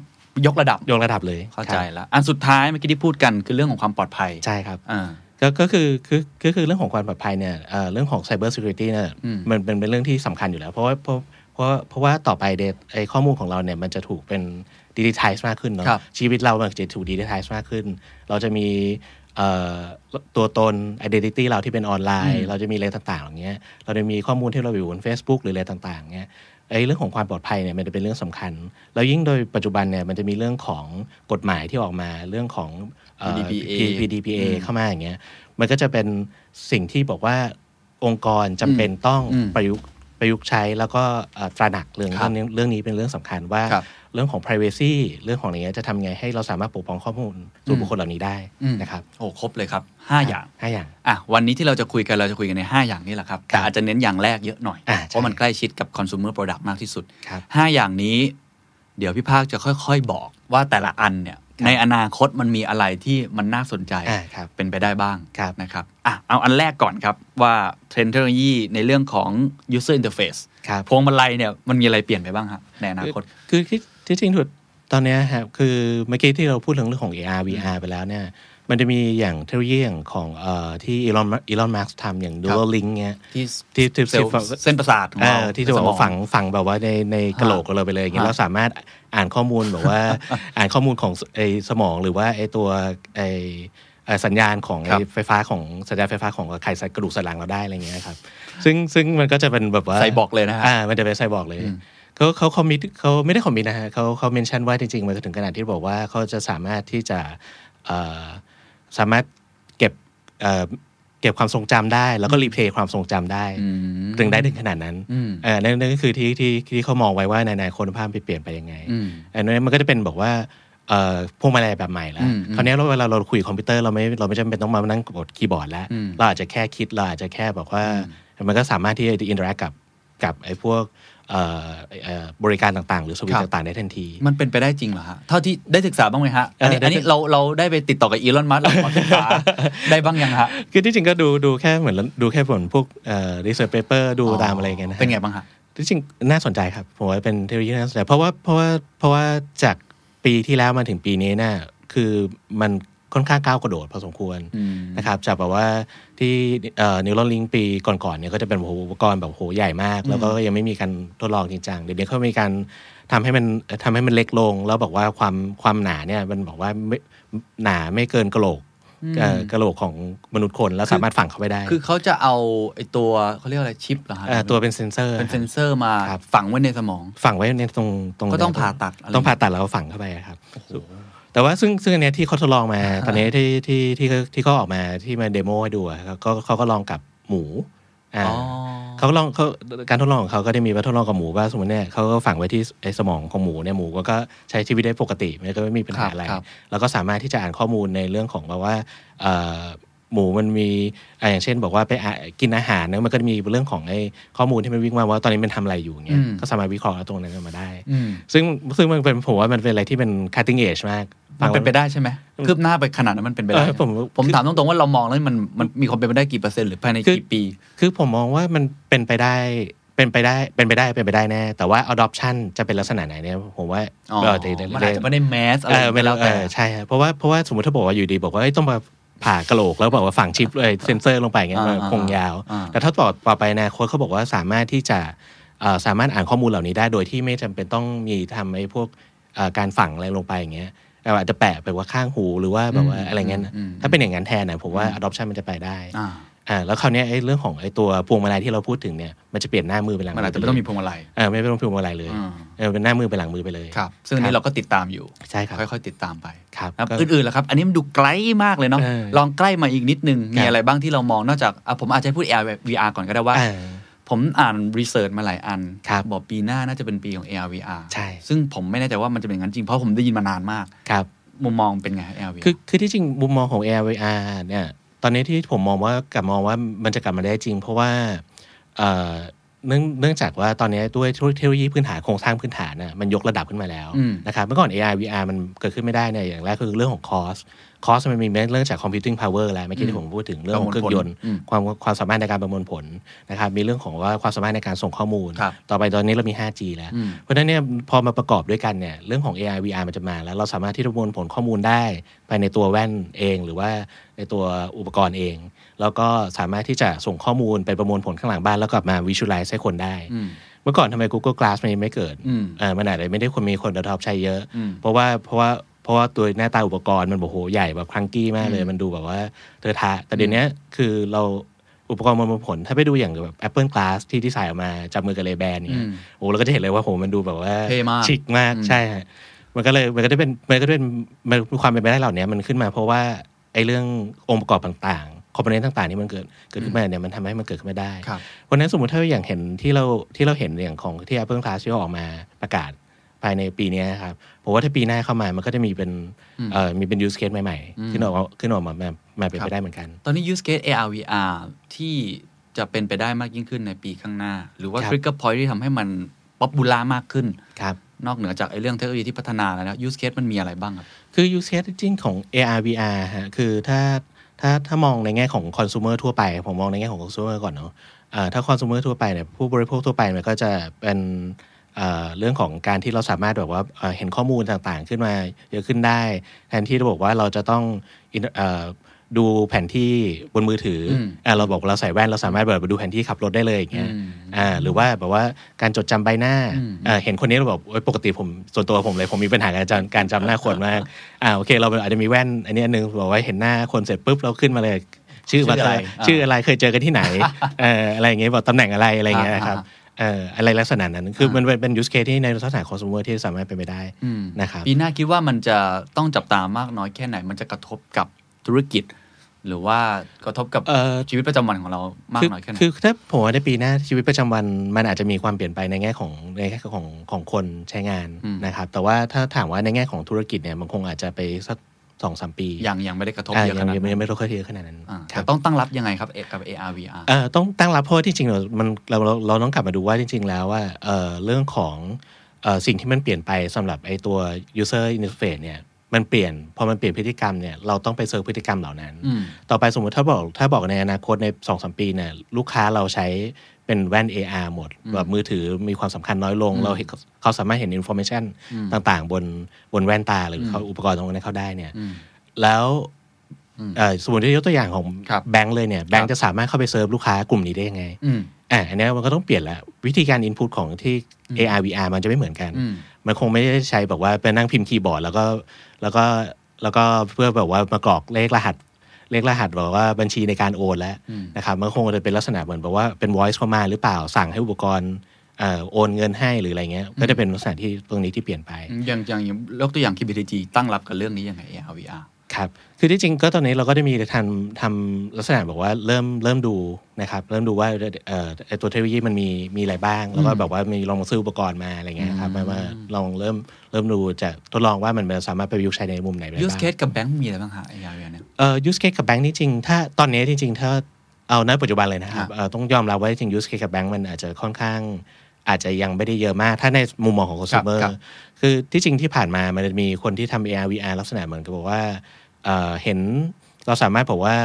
S3: ยกระดับ
S5: ยกระดับเลย
S3: เข้าใจ
S5: ครับ
S3: แล้วอันสุดท้ายเมื่อกี้ที่พูดกันคือเรื่องของความปลอดภัย
S5: ใช่ครับ
S3: อ่า
S5: ก็ก็คือคือก็คือเรื่องของความปลอดภัยเนี่ยเอ่อเรื่องของ Cyber Security เนี่ย
S3: อืม
S5: มันเป็นเป็นเรื่องที่สำคัญอยู่แล้ว เพราะว่าเพราะเพราะเพราะว่าต่อไปเดไอข้อมูลของเราเนี่ยมันจะถูกเป็นดิจิทัลมากขึ้นเนาะ
S3: ครับ
S5: ชีวิตเรามันจะถูกดิจิทัลมากขึ้น เราจะมีเอ่อตัวตน identity เราที่เป็นออนไลน์
S3: อืม
S5: เราจะมีอะไรต่างๆอย่างเงี้ยเราจะมีข้อมูลที่เราอยู่บน Facebook หรืออะไรต่างๆเงี้ยไอ้เรื่องของความปลอดภัยเนี่ยมันจะเป็นเรื่องสำคัญ แล้วยิ่งโดยปัจจุบันเนี่ยมันจะมีเรื่องของกฎหมายที่ออกมาเรื่องของเอ่อ
S3: PDPA
S5: PDPA
S3: อืม
S5: เข้ามาอย่างเงี้ยมันก็จะเป็นสิ่งที่บอกว่าองค์กรจำเป็นต้อง
S3: อืม
S5: ประยุกต์ประยุกต์ใช้แล้วก็เอ่อตระหนักเรื่อง
S3: ครับ
S5: เรื่องเรื่องนี้เป็นเรื่องสำคัญว่า
S3: ครับ
S5: เรื่องของ p r i เวซีเรื่องของอะไรเงี้ยจะทำไงให้เราสามารถปกป้องข้อมูลส่วนบุคคลเหล่านี้ได้
S3: อืม
S5: นะครับ
S3: โอ้ครบเลยครับ 5 อย่าง
S5: ห้าอย่าง
S3: อ่ะวันนี้ที่เราจะคุยกันเราจะคุยกันใน 5 อย่างนี้แหละครับ แต่อาจจะเน้นอย่างแรกเยอะหน่อย
S5: อ่าใช่
S3: เพราะมันใกล้ชิดกับ consumer product มากที่สุด
S5: ครับ
S3: 5 อย่างนี้ เดี๋ยวพี่ภาคจะค่อย ๆ บอกว่าแต่ละอันเนี่ยในอนาคตมันมีอะไรที่มันน่าสนใจ
S5: อ่าครับ
S3: เป็นไปได้บ้าง
S5: ครับ
S3: นะครับอ่ะเอาอันแรกก่อนครับว่าเทรนด์เทคโนโลยีในเรื่องของ user interface
S5: ครับ
S3: พวงมาลัยเนี่ยมันมีอะไรเปลี่ยนไปบ้างครับในอนาคต
S5: คือคือที่จริงถูกตอนเนี้ยครับคือเมื่อกี้ที่เราพูดถึงเรื่องของ AR VR ไปแล้วเนี่ยมันจะมีอย่างเทคโนโลยีอย่างของเอ่อที่อีลอนอีลอนมาร์กทำอย่าง Dual Link เงี้ย
S3: ที่
S5: ที่ที่
S3: เซลล์
S5: ที่
S3: เส้นประสาทของเรา
S5: เออที่จะบอกว่า
S3: ในสม
S5: ฝังฝังแบบว่าในในกระโหลก
S3: ฮะ
S5: ของเราไปเลยอย่างเงี้ย
S3: ฮะ
S5: เราสามารถอ่านข้อมูลแบบว่า อ่านข้อมูลของไอสมองหรือว่าไอตัวไอเอ่อสัญญาณของ
S3: ครับ
S5: ไอ้ไฟฟ้าของสัญญาณไฟฟ้าของไขสันกระดูกสันหลังเราได้อะไรเงี้ยครับซึ่งซึ่งมันก็จะเป็นแบบว่า
S3: ไซบอร์กเลยนะฮะ
S5: อ่ามันจะเป็นไซบอร์กเลยเขาเขาคอมมิตเขาไม่ได้คอมมิตนะฮะเขาเขาเมนชั่นว่าจริงๆ มันจะถึงขนาดที่บอกว่าเขาจะสามารถที่จะเอ่อสามารถเก็บเอ่อเก็บความทรงจำได้ แล้วก็รีเพลย์ความทรงจำได้
S3: อืม
S5: ถึงได้ถึงขนาดนั้น
S3: อืม
S5: เออนั่นนั่นก็คือที่ที่ที่เขามองไว้ว่าในอนาคตภาพไปเปลี่ยนไปยังไง
S3: อืม
S5: อันนั้นมันก็จะเป็นบอกว่าเอ่อพวงมาลัยแบบใหม่แล้ว
S3: อืม
S5: คราวนี้เราเวลาเราคุยคอมพิวเตอร์เราไม่เราไม่จำเป็นต้องมานั่งกดคีย์บอร์ดแล้ว
S3: อืม
S5: เราอาจจะแค่คิดเราอาจจะแค่บอกว่ามันก็สามารถที่จะอินเตอร์แอคกับกับไอ้พวกเอ่อเอ่อบริการต่างๆ หรือสวิต
S3: ครั
S5: ช์
S3: บ
S5: ต่างๆ ได้ทันที
S3: มันเป็นไปได้จริงเหรอฮะ เท่าที่ได้ศึกษาบ้างไหมฮะ อันนี้
S5: เออได้
S3: อันนี้เราเราได้ไปติดต่อกับอีลอนมัสก์เราขอศึกษา ได้บ้างยังฮะ
S5: คือที่จริงก็ดูดูแค่เหมือนดูแค่ผลพวกเอ่อรีเสิร์ชเปเปอร์ดูตามอะไรอย่างเงี้ยนะฮะ
S3: เป็นไงบ้างฮะ
S5: ที่จริงน่าสนใจครับผมว่าเป็นเทคโนโลยีที่น่าสนใจเพราะว่าเพราะว่าเพราะว่าจากปีที่แล้วมาถึงปีนี้น่ะคือมันค่อนข้างก้าวกระโดดพอสมควร
S3: อืม
S5: นะครับจากแบบว่าที่เอ่อนิวรอนลิงปีก่อนๆเนี่ยก็จะเป็นโอ้โหอุปกรณ์แบบโอ้โหใหญ่มาก แล้วก็ยังไม่มีการทดลองจริงจังเดี๋ยวนี้เขามีการทำให้มันทำให้มันเล็กลง แล้วบอกว่าความความหนาเนี่ยมันบอกว่าไม่หนาไม่เกินกะโหลกเอ่อ
S3: อืม
S5: กะโหลกของมนุษย์คนแล้วสามารถฝังเข้าไปได้
S3: คือเขาจะเอาไอตัวเขาเรียกอะไรชิปเหรอฮะ
S5: เอ่อตัวเป็นเซนเซอร์
S3: เป็นเซนเซอร์มา
S5: ครับ
S3: ฝังไว้ในสมอง
S5: ฝังไว้ในตรงตรง
S3: ก็ต้อง
S5: นั้น
S3: ผ่าตัดอะไร
S5: ต้องผ่าตัดแล้วฝังเข้าไปอะครับ แต่ว่าซึ่งซึ่งอันเนี้ยที่เขาทดลองมา ตอนนี้ที่ที่ที่เขาที่เขาออกมาที่มาเดโมให้ดูอะครับก็เขาก็ลองกับหมูอ่า
S3: อ๋อ
S5: เขาก็ลองเขาการทดลองของเขาก็ได้มีว่าทดลองกับหมูว่าสมมติเนี่ยเขาก็ฝังไว้ที่ไอ้สมองของหมูเนี่ยหมูก็ก็ใช้ชีวิตได้ปกติมันก็ไม่มีปัญหาอะไร
S3: ครับครับ
S5: แล้วก็สามารถที่จะอ่านข้อมูลในเรื่องของแบบว่าเอ่อ หมูมันมีอ่ะอย่างเช่น บอกว่าไปอ่ะกินอาหารนะมันก็จะมีเรื่องของไอ้ข้อมูลที่มันวิ่งมาว่าตอนนี้มันทำอะไรอยู่เงี้ย
S3: อืม
S5: ก็สามารถวิเคราะห์เอาตรงนั้นออกมาได้
S3: อืม
S5: ซึ่งซึ่งมันเป็นผมว่ามันเป็นอะไรที่เป็น cutting edge มาก
S3: มันเป็นไป
S5: ฟังแล้ว
S3: ได้ใช่ไหมคืบหน้าไปขนาดนั้นมันเป็นไปได้
S5: เออผม
S3: ไหผมถามตรงๆว่าเรามองแล้วมันมันมีความเป็นไปได้กี่เปอร์เซ็นต์หรือภายใน
S5: คือ
S3: กี่ปี
S5: คือผมมองว่ามันเป็นไปได้เป็นไปได้เป็นไปได้เป็นไปได้แน่ แต่ว่า adoption จะเป็นลักษณะไหนเนี่ยผมว่า
S3: อ๋อ
S5: เออเดี๋ยวเดี๋ยว
S3: มันอาจจะไม่ได้แมสอะไร
S5: เออไม่
S3: ก็
S5: แล้
S3: แล้ววแต่
S5: ใช่ครับเพราะว่าเพราะว่าสมมติถ้าบอกว่าอยู่ดีบอกว่าเอ้ยต้องมาผ่ากระโหลกแล้วบอกว่าฝังชิปเลยเซนเซอร์ลงไปอย่างเงี้ย
S3: อ่า
S5: มันคงยาว
S3: อ่า
S5: แต่ถ้าต่อต่อไปนะคนเขาบอกว่าสามารถที่จะเอ่อสามารถอ่านข้อมูลเหล่านี้ได้โดยที่ไม่จำเป็นต้องมีทำไอ้พวกเอ่อการฝังอะไรลงไปอย่างเงี้ยแต่ว่าอาจจะแปะไปว่าข้างหูหรือว่าแบบว่าอะไรเงี้ยนะถ้าเป็นอย่างนั้นแทนนะผมว่า adoption มันจะไปได้
S3: อ่า
S5: อ่าแล้วคราวเนี้ยไอ้เรื่องของไอ้ตัวพวงมาลัยที่เราพูดถึงเนี่ยมันจะเปลี่ยนหน้ามือเป็นหลัง
S3: มัน
S5: มื
S3: อาจจะ
S5: ไป
S3: ไม่
S5: เล
S3: ต้อง
S5: ย
S3: มีพวงมาลัย
S5: เออไม่ต้องเป็นพวงมาลัยเลย
S3: อืม
S5: เออเป็นหน้ามือเป็นหลังมือไปเลย
S3: ครับ ซึ่งอันนี้เราก็ติดตามอยู่
S5: ใช่ครับ
S3: ค่อยๆติดตามไป
S5: ครับ
S3: ครับ
S5: ก็
S3: อื่นๆล่ะครับ อันนี้มันดูไกลมากเลยเนาะ
S5: เออ
S3: ลองใกล้มาอีกนิดนึง
S5: ครั
S3: มี
S5: บ
S3: อะไรบ้างที่เรามอง นอกจากอ่ะผมอาจจะให้พูด AR VR ก่อนก็ได้ว่า
S5: อ่า
S3: ผมอ่านรีเสิร์ชมาหลายอัน
S5: ครับ
S3: บอกปีหน้าน่าจะเป็นปีของ AR VR
S5: ใช่
S3: ซึ่งผมไม่แน่ใจว่ามันจะเป็นอย่างนั้นจริง เพราะผมได้ยินมานานมาก
S5: ครับ
S3: มุมมองเป็นไง AR VR
S5: คือคือที่จริงมุมมองของ AR VR เนี่ยตอนนี้ที่ผมมองว่ากลับมองว่ามันจะกลับมาได้จริง เพราะว่าเอ่อเนื่องเนื่องจากว่าตอนนี้ด้วยเทคโนโลยีพื้นฐานโครงสร้างพื้นฐานน่ะมันยกระดับขึ้นมาแล้ว
S3: อืม
S5: นะครับเมื่อก่อน AR VR มันเกิดขึ้นไม่ได้เนี่ยอย่างแรกคือเรื่องของคอสคอสมันมีเรื่องจาก computing power แล้วเมื่อกี้ที่ผมพูดถึงเรื่องของเครื่องยนต์
S3: อืม
S5: ความความสามารถในการประมวลผลนะครับมีเรื่องของว่าความสามารถในการส่งข้อมูล
S3: ครับ
S5: ต่อไปตอนนี้เรามี 5G แล้ว
S3: อืม
S5: เพราะฉะนั้นเนี่ยพอมาประกอบด้วยกันเนี่ยเรื่องของ AI VR มันจะมาแล้วเราสามารถที่จะประมวลผลข้อมูลได้ภายในตัวแว่นเอง หรือว่าในตัวอุปกรณ์เอง แล้วก็สามารถที่จะส่งข้อมูลไปประมวลผลข้างหลังบ้านแล้วกลับมา visualize ให้คนได้
S3: อืม
S5: เมื่อก่อนทำไม Google Glass มันยังไม่เกิด
S3: อืม
S5: เออมันอาจจะไม่ได้คนมีคนเดสก์ท็อปใช้เยอะ
S3: อืม
S5: เพราะว่าเพราะว่าเพราะว่าตัวหน้าตาอุปกรณ์มันบอกโหใหญ่แบบคลังกี้มากเลย
S3: อืม
S5: มันดูแบบว่าเทอะทะ แต่เดี๋ยวเนี้ยคือเราอุปกรณ์ประมวลผล ถ้าไปดูอย่างแบบ Apple Glass ที่ที่ใส่ออกมาจับมือกับเลแบน
S3: อื
S5: เนี่ย
S3: ม
S5: โอ้เราก็จะเห็นเลยว่าโหมันดูแบบว่า
S3: เท่มาก
S5: ชิคมาก
S3: อืม
S5: ใช่ฮะมันก็เลยมันก็ได้เป็นมันก็ได้เป็นมันความเป็นไปได้เหล่านี้มันขึ้นมาเพราะว่าไอ้เรื่ององค์ประกอบต่างๆคอมโพเนนต์ต่างๆที่มันเกิดเกิดขึ้นมาเนี่ยมันทำให้มันเกิดขึ้นมาได้
S3: ครับ
S5: วันนั้นสมมติถ้าอย่างเห็นที่เราที่เราเห็นอย่างของที่ Apple Glass ที่ออกมาประกาศภายในปีเนี้ยครับผมว่าถ้าปีหน้าเข้ามามันก็จะมีเป็น
S3: อืม
S5: เอ่อมีเป็น use case ใหม่
S3: อืม
S5: ๆ ขึ้นออกมาขึ้นออกมามามาเป็น
S3: ครับ
S5: ไปได้เหมือนกัน
S3: ตอนนี้ use case AR VR ที่จะเป็นไปได้มากยิ่งขึ้นในปีข้างหน้า หรือว่า
S5: ครับ
S3: trigger point ที่ทำให้มันป๊อปบูล่ามากขึ้น
S5: ครับ
S3: นอกเหนือจากไอ้เรื่องเทคโนโลยีที่พัฒนาแล้วนะ use case มันมีอะไรบ้างครับ
S5: คือ use case จริงๆของ AR VR ฮะคือถ้าถ้าถ้ามองในแง่ของคอน sumer ทั่วไป ผมมองในแง่ของคอน sumer ก่อนเนาะเอ่อถ้าคอน sumer ทั่วไปเนี่ยผู้บริโภคทั่วไปมันก็จะเป็นเอ่อเรื่องของการที่เราสามารถแบบว่าเอ่อเห็นข้อมูลต่างๆ ขึ้นมาเยอะขึ้นได้ แทนที่จะบอกว่าเราจะต้อง in- เอ่อดูแผนที่บนมือถืออ
S3: ม
S5: อ่ะเราบอกเราใส่แว่นเราสามารถแบบดูแผนที่ขับรถได้เลยอย่างเงี้ย อ่าหรือว่าแบบว่าการจดจำใบหน้า
S3: อืม
S5: อ่าเห็นคนนี้เราแบบโอ๊ยปกติผมส่วนตัวผมเลย ผมมีปัญหาการจำการจำหน้าคนมากอ่าโอเค เราอาจจะมีแว่น อันนี้อันนึงบอกว่าเห็นหน้าคนเสร็จปุ๊บเราขึ้นมาเลย ชื่อมา
S3: ชื่ออะไรอ่า
S5: ชื่ออะไรเคยเจอกัน ที่ไหน เอ่ออะไรอย่างเงี้ยบอกตำแหน่งอะไรอะไรอย่างเงี้ย
S3: อ่า
S5: นะครับ
S3: อ่า
S5: เอ่ออะไรลักษณะนั้นคืออา
S3: มั
S5: มันเป็นเป็นยูสเคที่ในลักษณะของสมมติที่สามารถเป็นไปได้
S3: อืม
S5: นะครับ
S3: ปีหน้าคิดว่ามันจะต้องจับตามากน้อยแค่ไหน มันจะกระทบกับธุรกิจ หรือว่ากระทบกับ
S5: เอ่อ
S3: ชีวิตประจำวันของเรามาก
S5: คือ
S3: น้อยแค่ไหน
S5: คือถ้าผมว่าในปีหน้าชีวิตประจำวันมันอาจจะมีความเปลี่ยนไปในแง่ของในแง่ของของคนใช้งาน
S3: อืม
S5: นะครับ แต่ว่าถ้าถามว่าในแง่ของธุรกิจเนี่ยมันคงอาจจะไปสักสองสามปี
S3: ยังยังไม่ได้กระทบ
S5: อ่า
S3: เยอะข
S5: ยัง
S3: นาด
S5: ยังไม่
S3: นั้น
S5: ไม่รู้ค่อยเยอะขนาดนั้น
S3: อ่า
S5: ครั
S3: แต่
S5: บ
S3: ต้องตั้งรับยังไงครับเอ่อกับ AR VR
S5: เอ่อต้องตั้งรับเพราะว่าที่จริงเรามันเราเราเราต้องกลับมาดูว่าจริง ๆ แล้วว่าเอ่อเรื่องของเอ่อสิ่งที่มันเปลี่ยนไปสำหรับไอ้ตัว user interface เนี่ยมันเปลี่ยนพอมันเปลี่ยนพฤติกรรมเนี่ยเราต้องไปเซิร์ชพฤติกรรมเหล่านั้น
S3: อืม
S5: ต่อไปสมมติถ้าบอกถ้าบอกในอนาคตใน2อสปีเนี่ยลูกค้าเราใช้เป็นแว่น AR หมด แบบมือถือมีความสำคัญน้อยลง เราเห็นเขาสามารถเห็นอินโฟ a t ชัน
S3: อืม
S5: ต่างๆ บนบนแว่นตาหรือ
S3: ม
S5: เขาอุปกรณ์ตรงนั้นเขาได้เนี่ย
S3: อืม
S5: แล้ว
S3: อืม
S5: เอ่อสมมติที่ยกตัวอย่างของ
S3: ครับ
S5: แบงค์เลยเนี่ยแบง
S3: ครั
S5: ค์
S3: บ
S5: จะสามารถเข้าไปเซิร์ฟลูกค้ากลุ่มนี้ได้ยังไง
S3: อืม
S5: อ่ะอันเนี้ยมันก็ต้องเปลี่ยนละวิธีการอินพุตของที่
S3: อืม
S5: AR VR มันจะไม่เหมือนกัน
S3: อืม
S5: มันคงไม่ได้ใช้แบบว่าไปนั่งพิมพ์คีย์บอร์ดแล้วก็แล้วก็แล้วก็เพื่อแบบว่ามากรอกเลขรหัส เลขรหัสบอกว่าบัญชีในการโอนแล้ว
S3: อืม
S5: นะครับมันคงจะเป็นลักษณะเหมือนแบบว่าเป็น voice เข้ามาหรือเปล่าสั่งให้อุปกรณ์เอ่อโอนเงินให้หรืออะไรเงี้ยก็จะเป็นลักษณะที่ตรงนี้ที่เปลี่ยนไป
S3: อย่างอย่างอย่างยกตัวอย่าง KBTG ตั้งรับกับเรื่องนี้ยังไง AR VR
S5: ครับคือที่จริงก็ตอนนี้เราก็ได้มีทำทำลักษณะแบบว่าเริ่มเริ่มดูนะครับเริ่มดูว่าเอ่อไอ้ตัวเทคโนโลยีมันมีมีอะไรบ้าง แล้วก็แบบว่ามีลองมาซื้ออุปกรณ์มาอะไรเงี้ยครับมามาลองเริ่มเริ่มดูจะทดลองว่ามันสามารถไปประยุกต์ใช้ในมุมไหนได้บ้าง
S3: use case กับแบงค์มีอะไรบ้างฮะ AR VR เนี่ย
S5: เ เอ่อ use case กับแบงค์นี่จริง ถ้าตอนนี้จริง ๆ ถ้าเอาณปัจจุบันเลยนะครับเอ่อต้องยอมรับว่าจริง use case กับแบงค์มันอาจจะค่อนข้าง อาจจะยังไม่ได้เยอะมาก ถ้าในมุมมองของ consumer
S3: ครับ
S5: คือที่จริงที่ผ่านมามันจะมีคนที่ทำ AR VR ลักษณะเหมือนกับบอกว่าเอ่อเห็นเราสามารถบอกว่า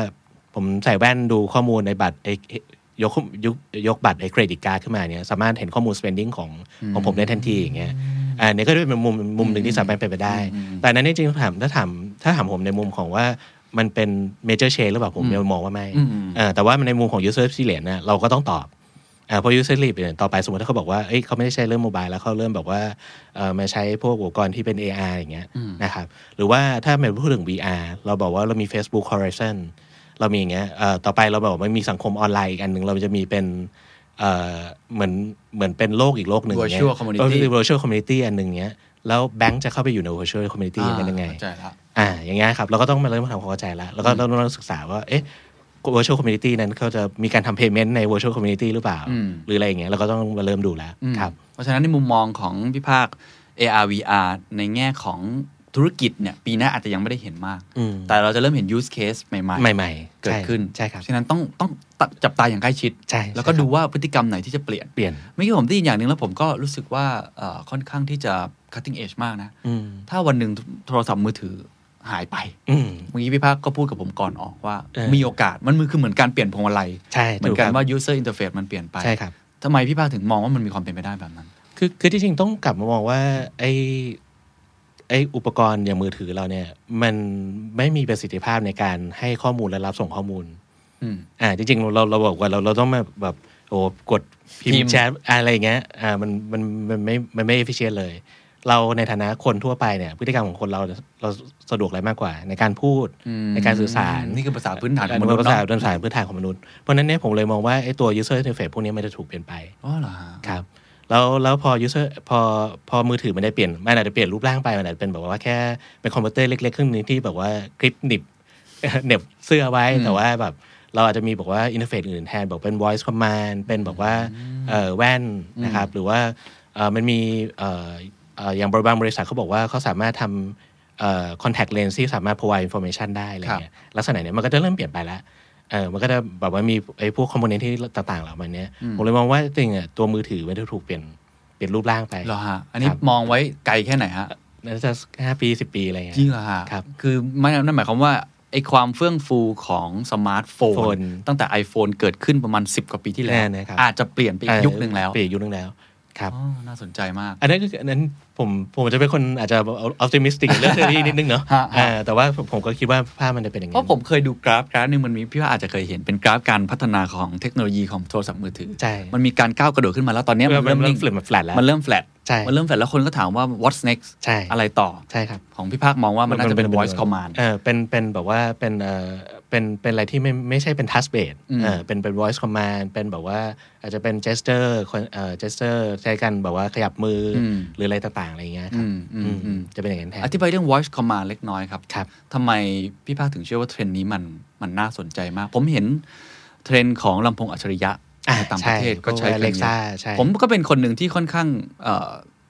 S5: ผมใส่แว่นดูข้อมูลในบัตรไอ้ยกยกยกบัตรไอ้เครดิตการ์ดขึ้นมาเนี่ยสามารถเห็นข้อมูล spending ของของผมได้ทันทีอย่างเงี้ยอ่าเนี่ยก็จะเป็นมุมมุมหนึ่งที่สามารถเป็นไปได้ แต่อันนั้นจริงๆถามถ้าถามถ้าถามผมในมุมของว่ามันเป็น major change หรือเปล่าผมยังมองว่าไม่
S3: อืม
S5: เออแต่ว่าในมุมของ user experience เนี่ยเราก็ต้องตอบ อ่าพอ user leap เนี่ยต่อไปสมมติถ้าเขาบอกว่าเอ้ยเขาไม่ได้ใช้เรื่องโมบายแล้วเขาเริ่มแบบว่าเออมาใช้พวกอุปกรณ์ที่เป็น AR อย่างเงี้ยนะครับหรือว่าถ้าเป็นพูดถึง VR เราบอกว่าเรามี Facebook Horizon เรามีอย่างเงี้ยเอ่อต่อไปเราบอกว่ามันมีสังคมออนไลน์อีกอันหนึ่งเราจะมีเป็นเอ่อเหมือนเหมือนเป็นโลกอีกโลกหนึ่งอย่างเงี้ย
S3: Virtual community
S5: เออคือ virtual community อันหนึ่งเงี้ยแล้วแบงค์จะเข้าไปอยู่ใน virtual community เป็นยังไง
S3: เข้าใจละ
S5: อ่าอย่างเงี้ยครับเราก็ต้องมาเริ่มทำความเข้าใจแล้วแล้วก็ต้องเริ่มศึกษาว่าเอ๊ะ virtual community นั้นเขาจะมีการทำ payment ใน virtual community หรือเปล่า
S3: อืม
S5: หรืออะไรอย่างเงี้ยเราก็ต้องมาเริ่มดูแล้ว
S3: อืม
S5: ครับ
S3: เพราะฉะนั้นในมุมมองของพี่ภาค AR VR ในแง่ของธุรกิจเนี่ยปีหน้าอาจจะยังไม่ได้เห็นมาก
S5: อืม
S3: แต่เราจะเริ่มเห็น use case ใหม่
S5: ใหม่ๆ
S3: เกิด
S5: ใช่
S3: ขึ้น
S5: ใช่ครับ
S3: ฉะนั้นต้องต้องตัดจับตาอย่างใกล้ชิด
S5: ใช่
S3: แล้วก็
S5: ใช่ครับ
S3: ดูว่าพฤติกรรมไหนที่จะเปลี่ยน
S5: เปลี่ยน
S3: เมื่อกี้ผมได้ยินอย่างหนึ่งแล้วผมก็รู้สึกว่าเอ่อค่อนข้างที่จะ cutting edge มากนะ
S5: อืม
S3: ถ้าวันหนึ่งโทรศัพท์มือถือหายไป
S5: อืม
S3: เมื่อกี้พี่ภาคก็พูดกับผมก่อนออกว่า
S5: เออ
S3: มีโอกาสมันมือคือเหมือนการเปลี่ยนพวงมาลัย
S5: ใช่
S3: เหมือนกัน
S5: ถูครับ
S3: ว่า user interface มันเปลี่ยนไป
S5: ใช่ครับ
S3: ทำไมพี่ภาคถึงมองว่ามันมีความเป็นไปได้แบบนั้น
S5: คือคือที่จริงต้องกลับมามองว่าไอไออุปกรณ์อย่างมือถือเราเนี่ย มันไม่มีประสิทธิภาพในการให้ข้อมูลและรับส่งข้อมูล
S3: อืม
S5: อ่าจริงๆ เราเราบอกว่าเราเราต้องมาแบบโอ้กดพิม
S3: พิมพ์
S5: พ์แชทอะไรอย่างเงี้ยอ่ามันมันมันไม่มันไม่เอฟฟิเชนเลย เราในฐานะคนทั่วไปเนี่ยพฤติกรรมของคนเราเราสะดวกอะไรมากกว่า ในการพูดในการสื่อสาร
S3: นี่คือภาษาพื้นฐานของม
S5: มั
S3: นุษ
S5: น
S3: ย์
S5: ภาษา
S3: เนาะ
S5: พื้นฐานพื้นฐานของมนุษย์เพราะฉะนั้นเนี่ยผมเลยมองว่าไอ้ตัว user interface พวกนี้มันจะถูกเปลี่ยนไป
S3: อ๋อเหรอฮะ
S5: ครับแล้วแล้วพอ user พอพอมือถือมันได้เปลี่ยนมันอาจจะเปลี่ยนรูปร่างไปมันอาจจะเป็นแบบว่าแค่เป็นคอมพิวเตอร์เล็กๆเครื่องหนึงที่แบบว่าคลิปหนิบ เหน็บเสื้อไว้แต่ว่าแบบเราอาจจะมีบอกว่าอินเทอร์เฟซอื่นแทนบอกเป็น voice command เป็นแบบว่าเอ่อแว่นนะครับหรือว่าเอ่อมันมีเอ่อเอ่ออย่างบางบริษัทเขาบอกว่าเขาสามารถทำเอ่อ contact lens ที่สามารถ provide information ได้อะไรเงี้ยลักษณะเนี้ยมันก็จะเริ่มเปลี่ยนไปแล้ว เออมันก็จะแบบว่ามีไอ้พวกคอมโพเนนต์ที่ต่างๆเหล่ามันเนี้ยผมเลยมองว่าจริงๆอ่ะตัวมือถือมันจะถูกเปลี่ยนเปลี่ยนรูปร่างไป
S3: เหรอฮะ อันนี้
S5: ครับ
S3: มองไว้ไกลแค่ไหนฮะ
S5: น่าจะห้าปีสิบปีอะไรเงี้ย
S3: จริงเหรอฮะ
S5: ครับ
S3: คือมันนั่นหมายความว่าไอ้ความเฟื่องฟูของสมาร์ทโฟ
S5: โฟ
S3: น
S5: น
S3: ตั้งแต่ iPhone เกิดขึ้นประมาณ 10 กว่าปีที่แล้
S5: แน่
S3: ว
S5: นะครับ
S3: อาจจะเปลี่ยนไปอีกยุคหนึ่งแล้ว
S5: เปลี่ยนยุคนึงแล้วครับ
S3: อ๋อน่าสนใจมาก
S5: อันนั้นก็คืออันนั้นผมผมจะเป็นคนอาจจะออ t i ิมิสติกเรื่องเทอรี่นิดนึงเนาะ
S3: ฮะฮะ
S5: อ่าแต่ว่าผมผมก็คิดว่าภาพมันจะเป็นอย่าง
S3: เพ
S5: นี้
S3: ราะผมเคยดูกราฟกราฟหนึงมันมีพี่ว่าอาจจะเคยเห็นเป็นกราฟการพัฒนาของเทคโนโลยีของโทรศัพท์มือถือ
S5: ใช่
S3: มันมีการก้าวกระโดดขึ้นมาแล้วตอนเนี้ย
S5: มั
S3: มัน น
S5: เริ่
S3: เริ่ม
S5: ม
S3: นิ่ง
S5: เริ่มแฟลตแล้ว
S3: มันเริ่มแฟลต
S5: ใช่
S3: มันเริ่มแฟลตแล้วคนก็ถามว่า what's next
S5: ใช่
S3: อะไรต่อ
S5: ใช่ครับ
S3: ของพี่ภาคมองว่ามันน่าจะเป็น voice command
S5: เออเป็นเป็นแบบว่าเป็นเออเป็นเป็นอะไรที่ไม่ไม่ใช่เป็น touch based
S3: อืม
S5: เออเป็นเป็น voice command เป็นแบบว่าอาจจะเป็น gesture คนเออ gesture ใช้กันแบบว่าขยับมืออ
S3: ม
S5: หรืออะไรต่างๆ อะไรอย่างเงี้ยครั
S3: อืมอืม
S5: อืม
S3: อืม
S5: จะเป็นอย่างนั้นแทน
S3: อธิบายเรื่อง voice command เล็กน้อยครับ
S5: ครับ
S3: ทำไมพี่ภาคถึงเชื่อว่าเทรนด์นี้มันมันน่าสนใจมาก ผมเห็นเทรนด์ของลำโพงอัจฉริยะ
S5: อ่
S3: ในต่างประเทศก็ใช้
S5: เล็ก
S3: นด์
S5: ซ่า
S3: นี้
S5: ใช่
S3: ผมก็เป็นคนหนึ่งที่ค่อนข้างเอ่อ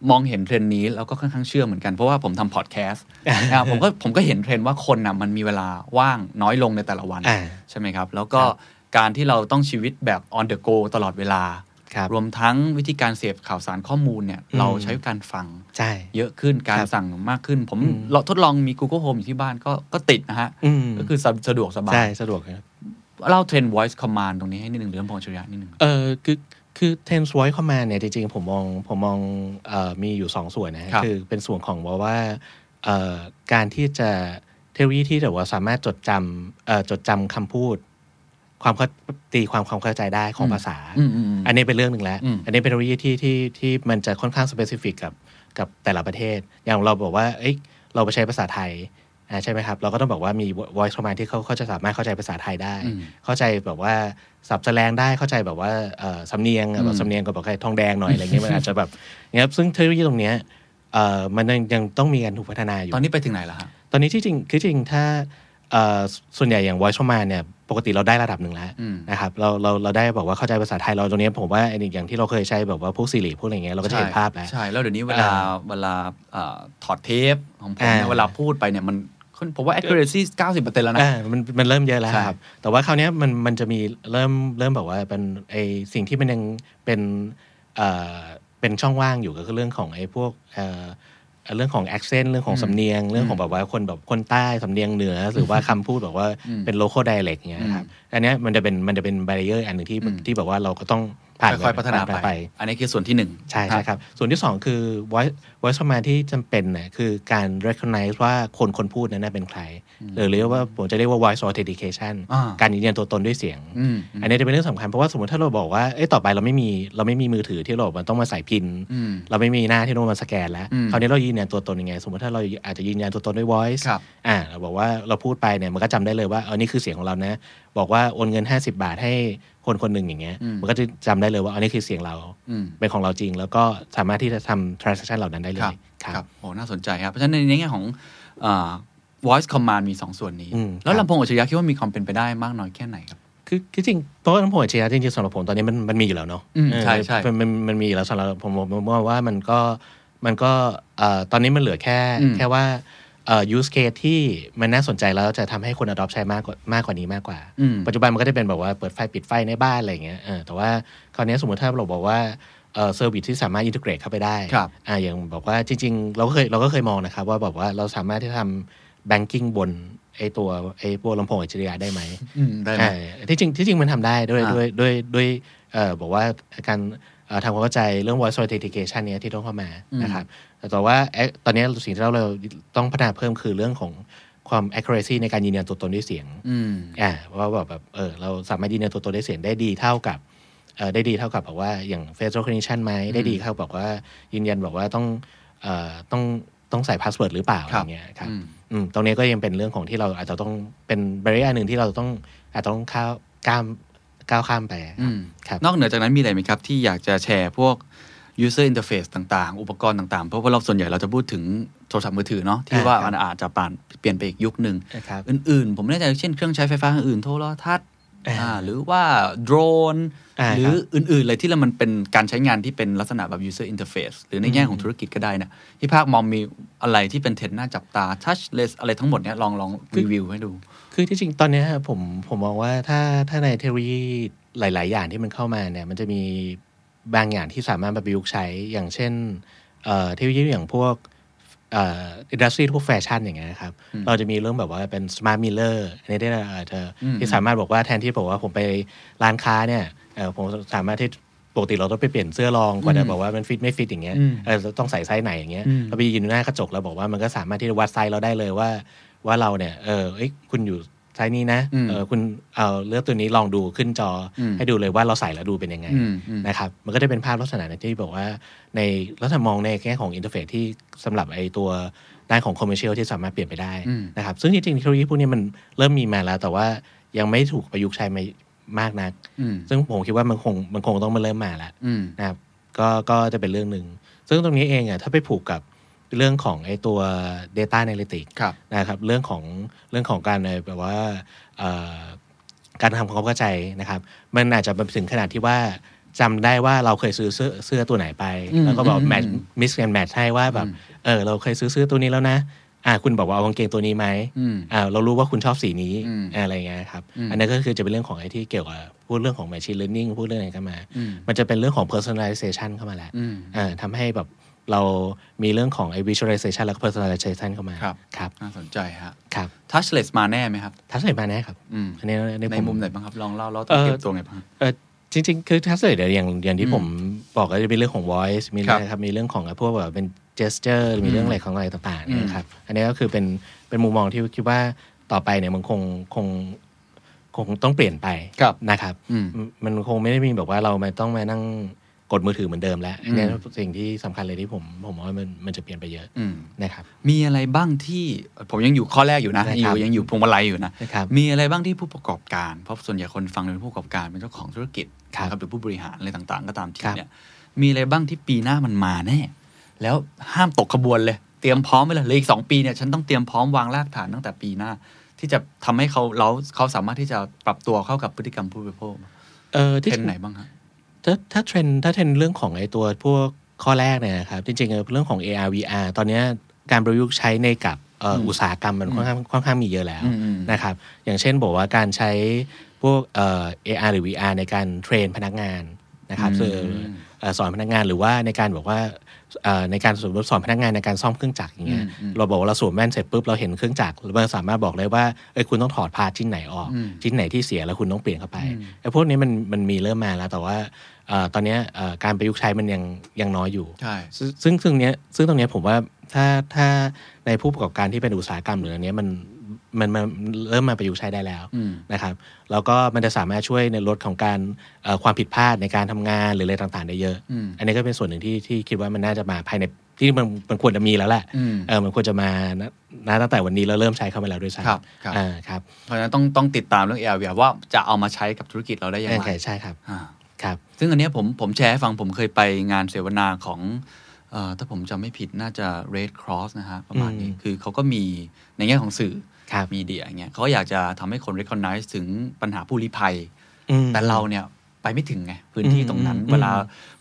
S3: มองเห็นเทรนด์นี้แล้วก็ค่อนข้างเชื่อเหมือนกัน เพราะว่าผมทำพอดแคสต์ นะครับผมก็ผมก็เห็นเทรนด์ว่าคนนะมันมีเวลาว่างน้อยลงในแต่ละวัน
S5: อ่า
S3: ใช่ไหมครับ แล้วก็
S5: ครับ
S3: การที่เราต้องชีวิตแบบ on the go ตลอดเวลา
S5: ครับ
S3: รวมทั้งวิธีการเสพข่าวสารข้อมูลเนี่ย
S5: อืม
S3: เราใช้การฟัง
S5: ใช่
S3: เยอะขึ้นการ
S5: ครับ
S3: สั่งมากขึ้น ผม
S5: อืม
S3: เราทดลองมี Google Home อยู่ที่บ้านก็ก็ติดนะฮะ
S5: อืม
S3: ก็คือสะสะดวกสบา
S5: ใช่
S3: ย
S5: สะดวกครับ
S3: เล่าเทรนด์ voice command ตรงนี้ให้นิดหนึ่งเรื่องพงชริยะนิดหนึ่ง
S5: เออคือคือ Thames Voice Command เนี่ยจริงๆ ผมมองผมมองเอ่อมีอยู่สองส่วนนะฮะ
S3: ครับ
S5: คือเป็นส่วนของว่าว่าเอ่อการที่จะเทคโนโลยีที่แบบว่าสามารถจดจำเอ่อจดจำคำพูด ความเข้าตีความความเข้าใจได้ของ
S3: อืม
S5: ภาษา
S3: อืมอืมอืม
S5: อันนี้เป็นเรื่องหนึ่งแล้ว
S3: อืม
S5: อันนี้เป็นเทคโนโลยีที่ที่ที่มันจะค่อนข้างสเปซิฟิกกับกับแต่ละประเทศ อย่างเราบอกว่าเอ้ยเราไปใช้ภาษาไทยอ่าใช่ไหมครับ เราก็ต้องบอกว่ามี voice command ที่เขาเขาจะสามารถเข้าใจภาษาไทยได้
S3: อืม
S5: เข้าใจแบบว่าสับแสลงได้เข้าใจแบบว่าเอ่อสำเนียงอ่ะแบ
S3: อื
S5: บ
S3: ม
S5: สำเนียงกับแบบใครทองแดงหน่อยอะไรเงี้ยมันอาจจะแบบอย่างเงี้ยซึ่งเทคโนโลยีตรงเนี้ยเอ่อมันยังยังต้องมีการถูกพัฒนาอยู่
S3: ตอนนี้ไปถึงไหนแล้วฮะ
S5: ตอนนี้ที่จริงคือจริงถ้าเอ่อส่วนใหญ่อย่าง voice command เนี่ยปกติเราได้ระดับหนึ่งแล้ว
S3: อืม
S5: นะครับเราเราเราได้บอกว่าเข้าใจภาษาไทยเราตรงนี้ผมว่าไอ้นี่อย่างที่เราเคยใช้แบบว่าพวกซีรีพวกอะไรเงี้ยเราก็จะเห็นภาพแล้ว
S3: ใช่ แล้วเดี๋ยวนี้เวลา
S5: อ่า
S3: เวลาเอ่อถอดเทปของผมเนี่ย
S5: อ่า
S3: เวลาพูดไปเนี่ยมัน คนผมว่า accuracy 90%แล้วนะ
S5: อ่ามันมันเริ่มเยอะแล้ว
S3: ใช่
S5: ครับ แต่ว่าคราวเนี้ยมันมันจะมีเริ่มเริ่มแบบว่าเป็นไอสิ่งที่มันยังเป็นเอ่อเป็นช่องว่างอยู่ก็คือเรื่องของไอพวกเอ่อเรื่องของ accent เรื่องของสำเนียง เรื่องของแบบว่าคนแบบคนใต้สำเนียงเหนือ หรือว่าคำพูดแบบว่าเป็น local dialect เงี้ยครับอันเนี้ยมันจะเป็นมันจะเป็น barrier อันหนึ่งที่ที่แบบว่าเราก็ต้องผ่าน
S3: ค่อยๆพัฒนา
S5: ผ่
S3: ไป อันนี้คือส่วนที่หนึ่ง
S5: ใช่ใช่ครับ ส่วนที่สองคือ voice voice command ที่จำเป็นนะคือการ recognize ว่าคนคนพูดนั้นนะเป็นใคร หรือเรียกว่าผมจะเรียกว่า voice authentication
S3: อ่า
S5: การยืนยันตัวตนด้วยเสียง
S3: อืม
S5: อันนี้จะเป็นเรื่องสำคัญ เพราะว่าสมมติถ้าเราบอกว่าเอ้ยต่อไปเราไม่มีเราไม่มีมือถือที่เรามันต้องมาใส่พิน
S3: อืม
S5: เราไม่มีหน้าที่ต้องมาสแกนแล้ว
S3: อืม
S5: คราวนี้เรายืนยันตัวตนยังไง สมมติถ้าเราอาจจะยืนยันตัวตนด้วย voice
S3: ครับ
S5: อ่าเราบอกว่าเราพูดไปเนี่ยมันก็จำได้เลยว่าเออนี่คือเสียงของเรานะ บอกว่าโอนเงิน 50 บาทให้คนคนหนึ่งอย่างเงี้ยมันก็จะจำได้เลยว่าอันนี้คือเสียงเรา
S3: อืม
S5: เป็นของเราจริง แล้วก็สามารถที่จะทำ transaction เหล่านั้นได้เล
S3: ครับ
S5: ย
S3: ครับโอ้น่าสนใจครับ เพราะฉะนั้นในแง่ของเอ่อ voice command มี 2 ส่วนนี้
S5: อืม
S3: แล้ว
S5: ครับ
S3: ลำโพงอัจฉริยะคิดว่ามีความเป็นไปได้มากน้อยแค่ไหนครับ
S5: คือคือจริงเพราะว่าลำโพงอัจฉริยะจริงๆสำหรับผมตอนนี้มันมันมีอยู่แล้วเนาะ
S3: อืม
S5: เออ
S3: ใช่ใช่
S5: มันมันมันมีอยู่แล้วสำหรับผมผมผมว่ามันก็มันก็เอ่อตอนนี้มันเหลือแค่
S3: อืม
S5: แค่ว่าเอ่อ use case ที่มันน่าสนใจแล้วจะทำให้คน adopt ใช้มากกว่ามากกว่านี้มากกว่า
S3: อืม
S5: ปัจจุบันมันก็จะเป็นแบบว่าเปิดไฟปิดไฟในบ้านอะไรอย่างเงี้ยเออแต่ว่าคราวเนี้ยสมมติถ้าเราบอกว่าเซอร์วิสที่สามารถอินทิเกรตเข้าไปได้
S3: ครับ
S5: อ่าอย่างบอกว่าจริง ๆ เราก็เคยเราก็เคยมองนะครับว่าแบบว่าเราสามารถที่จะทำแบงกิ้งบนไอตัวไอพวกลำโพงอัจฉริยะได้ไหม
S3: อืมได้ไหม
S5: อ่าที่จริงที่จริงมันทำได้ด้วย
S3: อ่า
S5: ด้วยด้วยด้วยเอ่อบอกว่าการเอ่อทำความเข้าใจเรื่อง voice authentication เนี่ยที่ต้องเข้ามา
S3: อืม
S5: นะครับแต่แต่ว่าเอ๊ะตอนนี้สิ่งที่เราเราต้องพัฒนาเพิ่มคือเรื่องของความ accuracy ในการยืนยันตัวตนด้วยเสียง
S3: อืม
S5: อ่าว่าแบบแบบเออเราสามารถยืนยันตัวตนด้วยเสียงได้ดีเท่ากับเอ่อได้ดีเท่ากับแบบว่าอย่าง face recognition ไหมได้ดีเท่าบอกว่ายืนยันบอกว่าต้องเอ่อต้องต้องใส่ password หรือเปล่าอะ
S3: ค
S5: ไร
S3: รับ
S5: เงี้ยครับ
S3: อืม
S5: อืมตรงนี้ก็ยังเป็นเรื่องของที่เราอาจจะต้องเป็นบริ i อ r หนึ่งที่เราต้องอาจจะต้องข้าวก้ามก้าวข้ามไปครับ
S3: อืม
S5: ครับ
S3: นอกเหนือจากนั้นมีอะไรไหมครับ ที่อยากจะแชร์พวก user interface ต่างๆ อุปกรณ์ต่างๆ เพราะว่าเราส่วนใหญ่เราจะพูดถึงโทรศัพท์มือถือเนาะที่
S5: อ่า
S3: ว่า
S5: ครับ
S3: มันอาจจะปานเปลี่ยนไปอีกยุคหนึ่ง
S5: นะครับ
S3: อื่นๆ ผมไม่แน่ใจเช่นเครื่องใช้ไฟฟ้าอื่นโทรทัศน์
S5: อ่า
S3: อ่าหรือว่าโดรน
S5: อ่า
S3: หรือ
S5: ครับ
S3: อื่นๆ เลยที่เรามันเป็นการใช้งานที่เป็นลักษณะแบบ user interface หรือในแง่ของธุรกิจก็ได้เนี่ยพี่ภาคมองมีอะไรที่เป็นเทรนด์น่าจับตา touchless อะไรทั้งหมดเนี่ยลองลองรีวิวให้ดู
S5: คือที่จริงตอนเนี้ยผมผมมองว่าถ้าถ้าในเทคโนโลยีหลาย ๆ อย่างที่มันเข้ามาเนี่ยมันจะมีบางอย่างที่สามารถมาประยุกต์ใช้อย่างเช่นเอ่อเทคโนโลยีอย่างพวกเอ่ออินดัสทรีพวกแฟชั่นอย่างเงี้ยครับเราจะมีเรื่องแบบว่าเป็นสมาร์ทมิลเลอร์อันนี้ได้อาจจะ
S3: อืม
S5: ที่สามารถบอกว่าแทนที่บอกว่าผมไปร้านค้าเนี่ยเอ่อผมสามารถที่ปกติเราต้องไปเปลี่ยนเสื้อลองกว่าจะบอกว่ามันฟิตไม่ฟิตอย่างเงี้ย
S3: อืม
S5: เออเราต้องใส่ไซส์ไหนอย่างเงี้ยเราไปยืนอยู่หน้ากระจกแล้วบอกว่ามันก็สามารถที่จะวัดไซส์เราได้เลยว่า ว่าเราเนี่ยเออเอ้ยคุณอยู่ไซส์นี้นะ
S3: อืม
S5: เออคุณเอาเลือกตัวนี้ลองดูขึ้นจออ
S3: ม
S5: ให้ดูเลยว่าเราใส่แล้วดูเป็นยังไง
S3: อืมอืม
S5: นะครับมันก็จะเป็นภาพลักษณะที่บอกว่าในลักษณะมองในแง่ของอินเทอร์เฟซที่สำหรับไอตัวด้านของคอมเมอร์เชียลที่สามารถเปลี่ยนไปได้นะครับซึ่งจริงๆเทคโนโลยีพวกนี้มันเริ่มมีมาแล้ว แต่ว่ายังไม่ถูกประยุกต์ใช้มามากนัก
S3: อืม
S5: ซึ่งผมคิดว่ามันคงมันคงต้องมาเริ่มมาแล้ว
S3: อืม
S5: นะครับก็ก็จะเป็นเรื่องหนึ่ง ซึ่งตรงนี้เองอ่ะถ้าไปผูกกับเรื่องของไอ้ตัว Data Analytics
S3: ครับ
S5: นะครับเรื่องของเรื่องของการเอ่อแบบว่าเอ่อการทำความเข้าใจนะครับ มันอาจจะไปถึงขนาดที่ว่าจำได้ว่าเราเคยซื้อเสื้อเสื้อตัวไหนไป
S3: อืม
S5: แล้วก็แบบ
S3: อืม
S5: แมท
S3: อืม
S5: มิสแอนแมทให้ว่าแบบเออเราเคยซื้อเสื้อตัวนี้แล้วนะอ่าคุณบอกว่าเอากางเกงตัวนี้ไหม
S3: อืม
S5: อ่าเรารู้ว่าคุณชอบสีนี้
S3: อืม
S5: อ่าอะไรเงี้ยครับ อันนั้นก็คือจะเป็นเรื่องของไอ้ที่เกี่ยวกับพูดเรื่องของ machine learning พูดเรื่องอะไรเข้ามา มันจะเป็นเรื่องของ personalization เข้ามาแล้ว
S3: อืม
S5: อ่าทำให้แบบเรามีเรื่องของไอ้ visualization แล้วก็ personalization เข้ามา
S3: ครับ
S5: ครับ
S3: น่าสนใจฮะ
S5: ครับ
S3: touchless มาแน่ไหมครับ
S5: ทัศน์มาแน่ครับ
S3: อืม
S5: อันนี้อันนี้
S3: ใน
S5: ผ
S3: มุมไหนบ้างครับ ลองเล่าเราต้อ
S5: เอ่
S3: ง
S5: อ
S3: เก็บตัวไงบ้าง
S5: เออจริง ๆ คือทัศน์เดี๋ยวอย่างอย่าง
S3: อื
S5: ที่
S3: ม
S5: ผมบอกก็จะเป็นเรื่องของ voice มี
S3: ครับ
S5: นะครับมีเรื่องของพวกแบบเป็น gesture มีเรื่องอะไรของอะไรต่างๆเนี่ยครับอันนี้ก็คือเป็นเป็นมุมมองที่คิดว่าต่อไปเนี่ยมันคงคงคงต้องเปลี่ยนไป
S3: ครับ
S5: นะครับ
S3: อืม
S5: มันคงไม่ได้มีแบบว่าเรามาต้องมานั่งกดมือถือเหมือนเดิมแล้วอันเนี้ยสิ่งที่สำคัญเลยที่ผมผมว่ามันมันจะเปลี่ยนไปเยอะ
S3: อืม
S5: นะครับ
S3: มีอะไรบ้างที่ผมยังอยู่ข้อแรกอยู่นะ
S5: ได้
S3: อ
S5: ครับ
S3: ยู่ยังอยู่พวงมาลัยอยู่นะ
S5: นะครับ
S3: มีอะไรบ้างที่ผู้ประกอบการ เพราะส่วนใหญ่คนฟังเป็นผู้ประกอบการเป็นเจ้าของธุรกิจ
S5: ครับ
S3: หรือผู้บริหารอะไรต่างๆ ก็ตามที
S5: ครับ
S3: เนี่ยมีอะไรบ้างที่ปีหน้ามันมาแน่แล้วห้ามตกขบวนเลย เตรียมพร้อมไปเลยเหลยอีกสองปีเนี่ยฉันต้องเตรียมพร้อมวางรากฐานตั้งแต่ปีหน้า ที่จะทำให้เขาเราเขาสามารถที่จะปรับตัวเข้ากับพฤติกรรมผู้บริโภค
S5: เออที่
S3: เป็นไหนบ้างครับ
S5: ถ้าถ้าเทรนด์ถ้าเทรนด์เรื่องของไอ้ตัวพวกข้อแรกเนี่ยนะครับจริงๆเออเรื่องของ AR VR ตอนเนี้ยการประยุกต์ใช้ในกับ เอ่อออุตสาหกรรมมันค่อนข้างค่อนข้างมีเยอะแล้ว
S3: อืมอืม
S5: นะครับ อย่างเช่นบอกว่าการใช้พวกเอ่อ AR หรือ VR ในการเทรนพนักงานนะครับซึ่งเอ่อสอนพนักงานหรือว่าในการบอกว่าเอ่อในการสมมติสอนพนักงานในการซ่อมเครื่องจักรอย่างเงี้ยเราบอกว่าเราสวมแว่นเสร็จปุ๊บเราเห็นเครื่องจักรเราสามารถบอกเลยว่าเอ้ยคุณต้องถอดพาร์ทชิ้นไหนออก ชิ้นไหนที่เสียแล้วคุณต้องเปลี่ยนเข้าไปไอ้พวกนี้มันมันมีเริ่มมาแล้วแต่ว่าเอ่อตอนเนี้ยเอ่อการประยุกต์ใช้มันยังยังน้อยอยู่
S3: ใช่
S5: ซึ่งซึ่งซึ่งเนี้ยซึ่งตรงเนี้ยผมว่าถ้าถ้าในผู้ประกอบการที่เป็นอุตสาหกรรมหรืออันเนี้ยมันมันมันเริ่มมาประยุกต์ใช้ได้แล้ว
S3: อืม
S5: นะครับแล้วก็มันจะสามารถช่วยในลดของการเอ่อความผิดพลาดในการทำงานหรืออะไรต่างๆ ได้เยอะ อันนี้ก็เป็นส่วนหนึ่งที่ที่คิดว่ามันน่าจะมาภายในที่มันมันควรจะมีแล้วแหละเออมันควรจะมานะนะตั้งแต่วันนี้แล้วเริ่มใช้เข้ามาแล้วด้วยซ้
S3: ครับครับ
S5: ำอ่าครับ
S3: เพราะฉะนั้นต้องต้องติดตามเรื่อง AR VR ว่าจะเอามาใช้กับธุรกิจเราได้ยัง
S5: ใช่
S3: ไง
S5: ใช่ใช่ครับ
S3: อ่า
S5: ครับ
S3: ซึ่งอันเนี้ยผมผมแชร์ให้ฟังผมเคยไปงานเสวนาของเออถ้าผมจำไม่ผิดน่าจะ Red Cross นะฮะ ประมาณนี้คือเขาก็มีในแง่ของสื่อ
S5: ครับ
S3: มีเดียอย่างเงี้ยเขาอยากจะทำให้คน recognize ถึงปัญหาผู้ลี้ภัย
S5: อืม
S3: แต่เราเนี่ยไปไม่ถึงไง พื้นที่ตรงนั้น
S5: อืม
S3: เวลา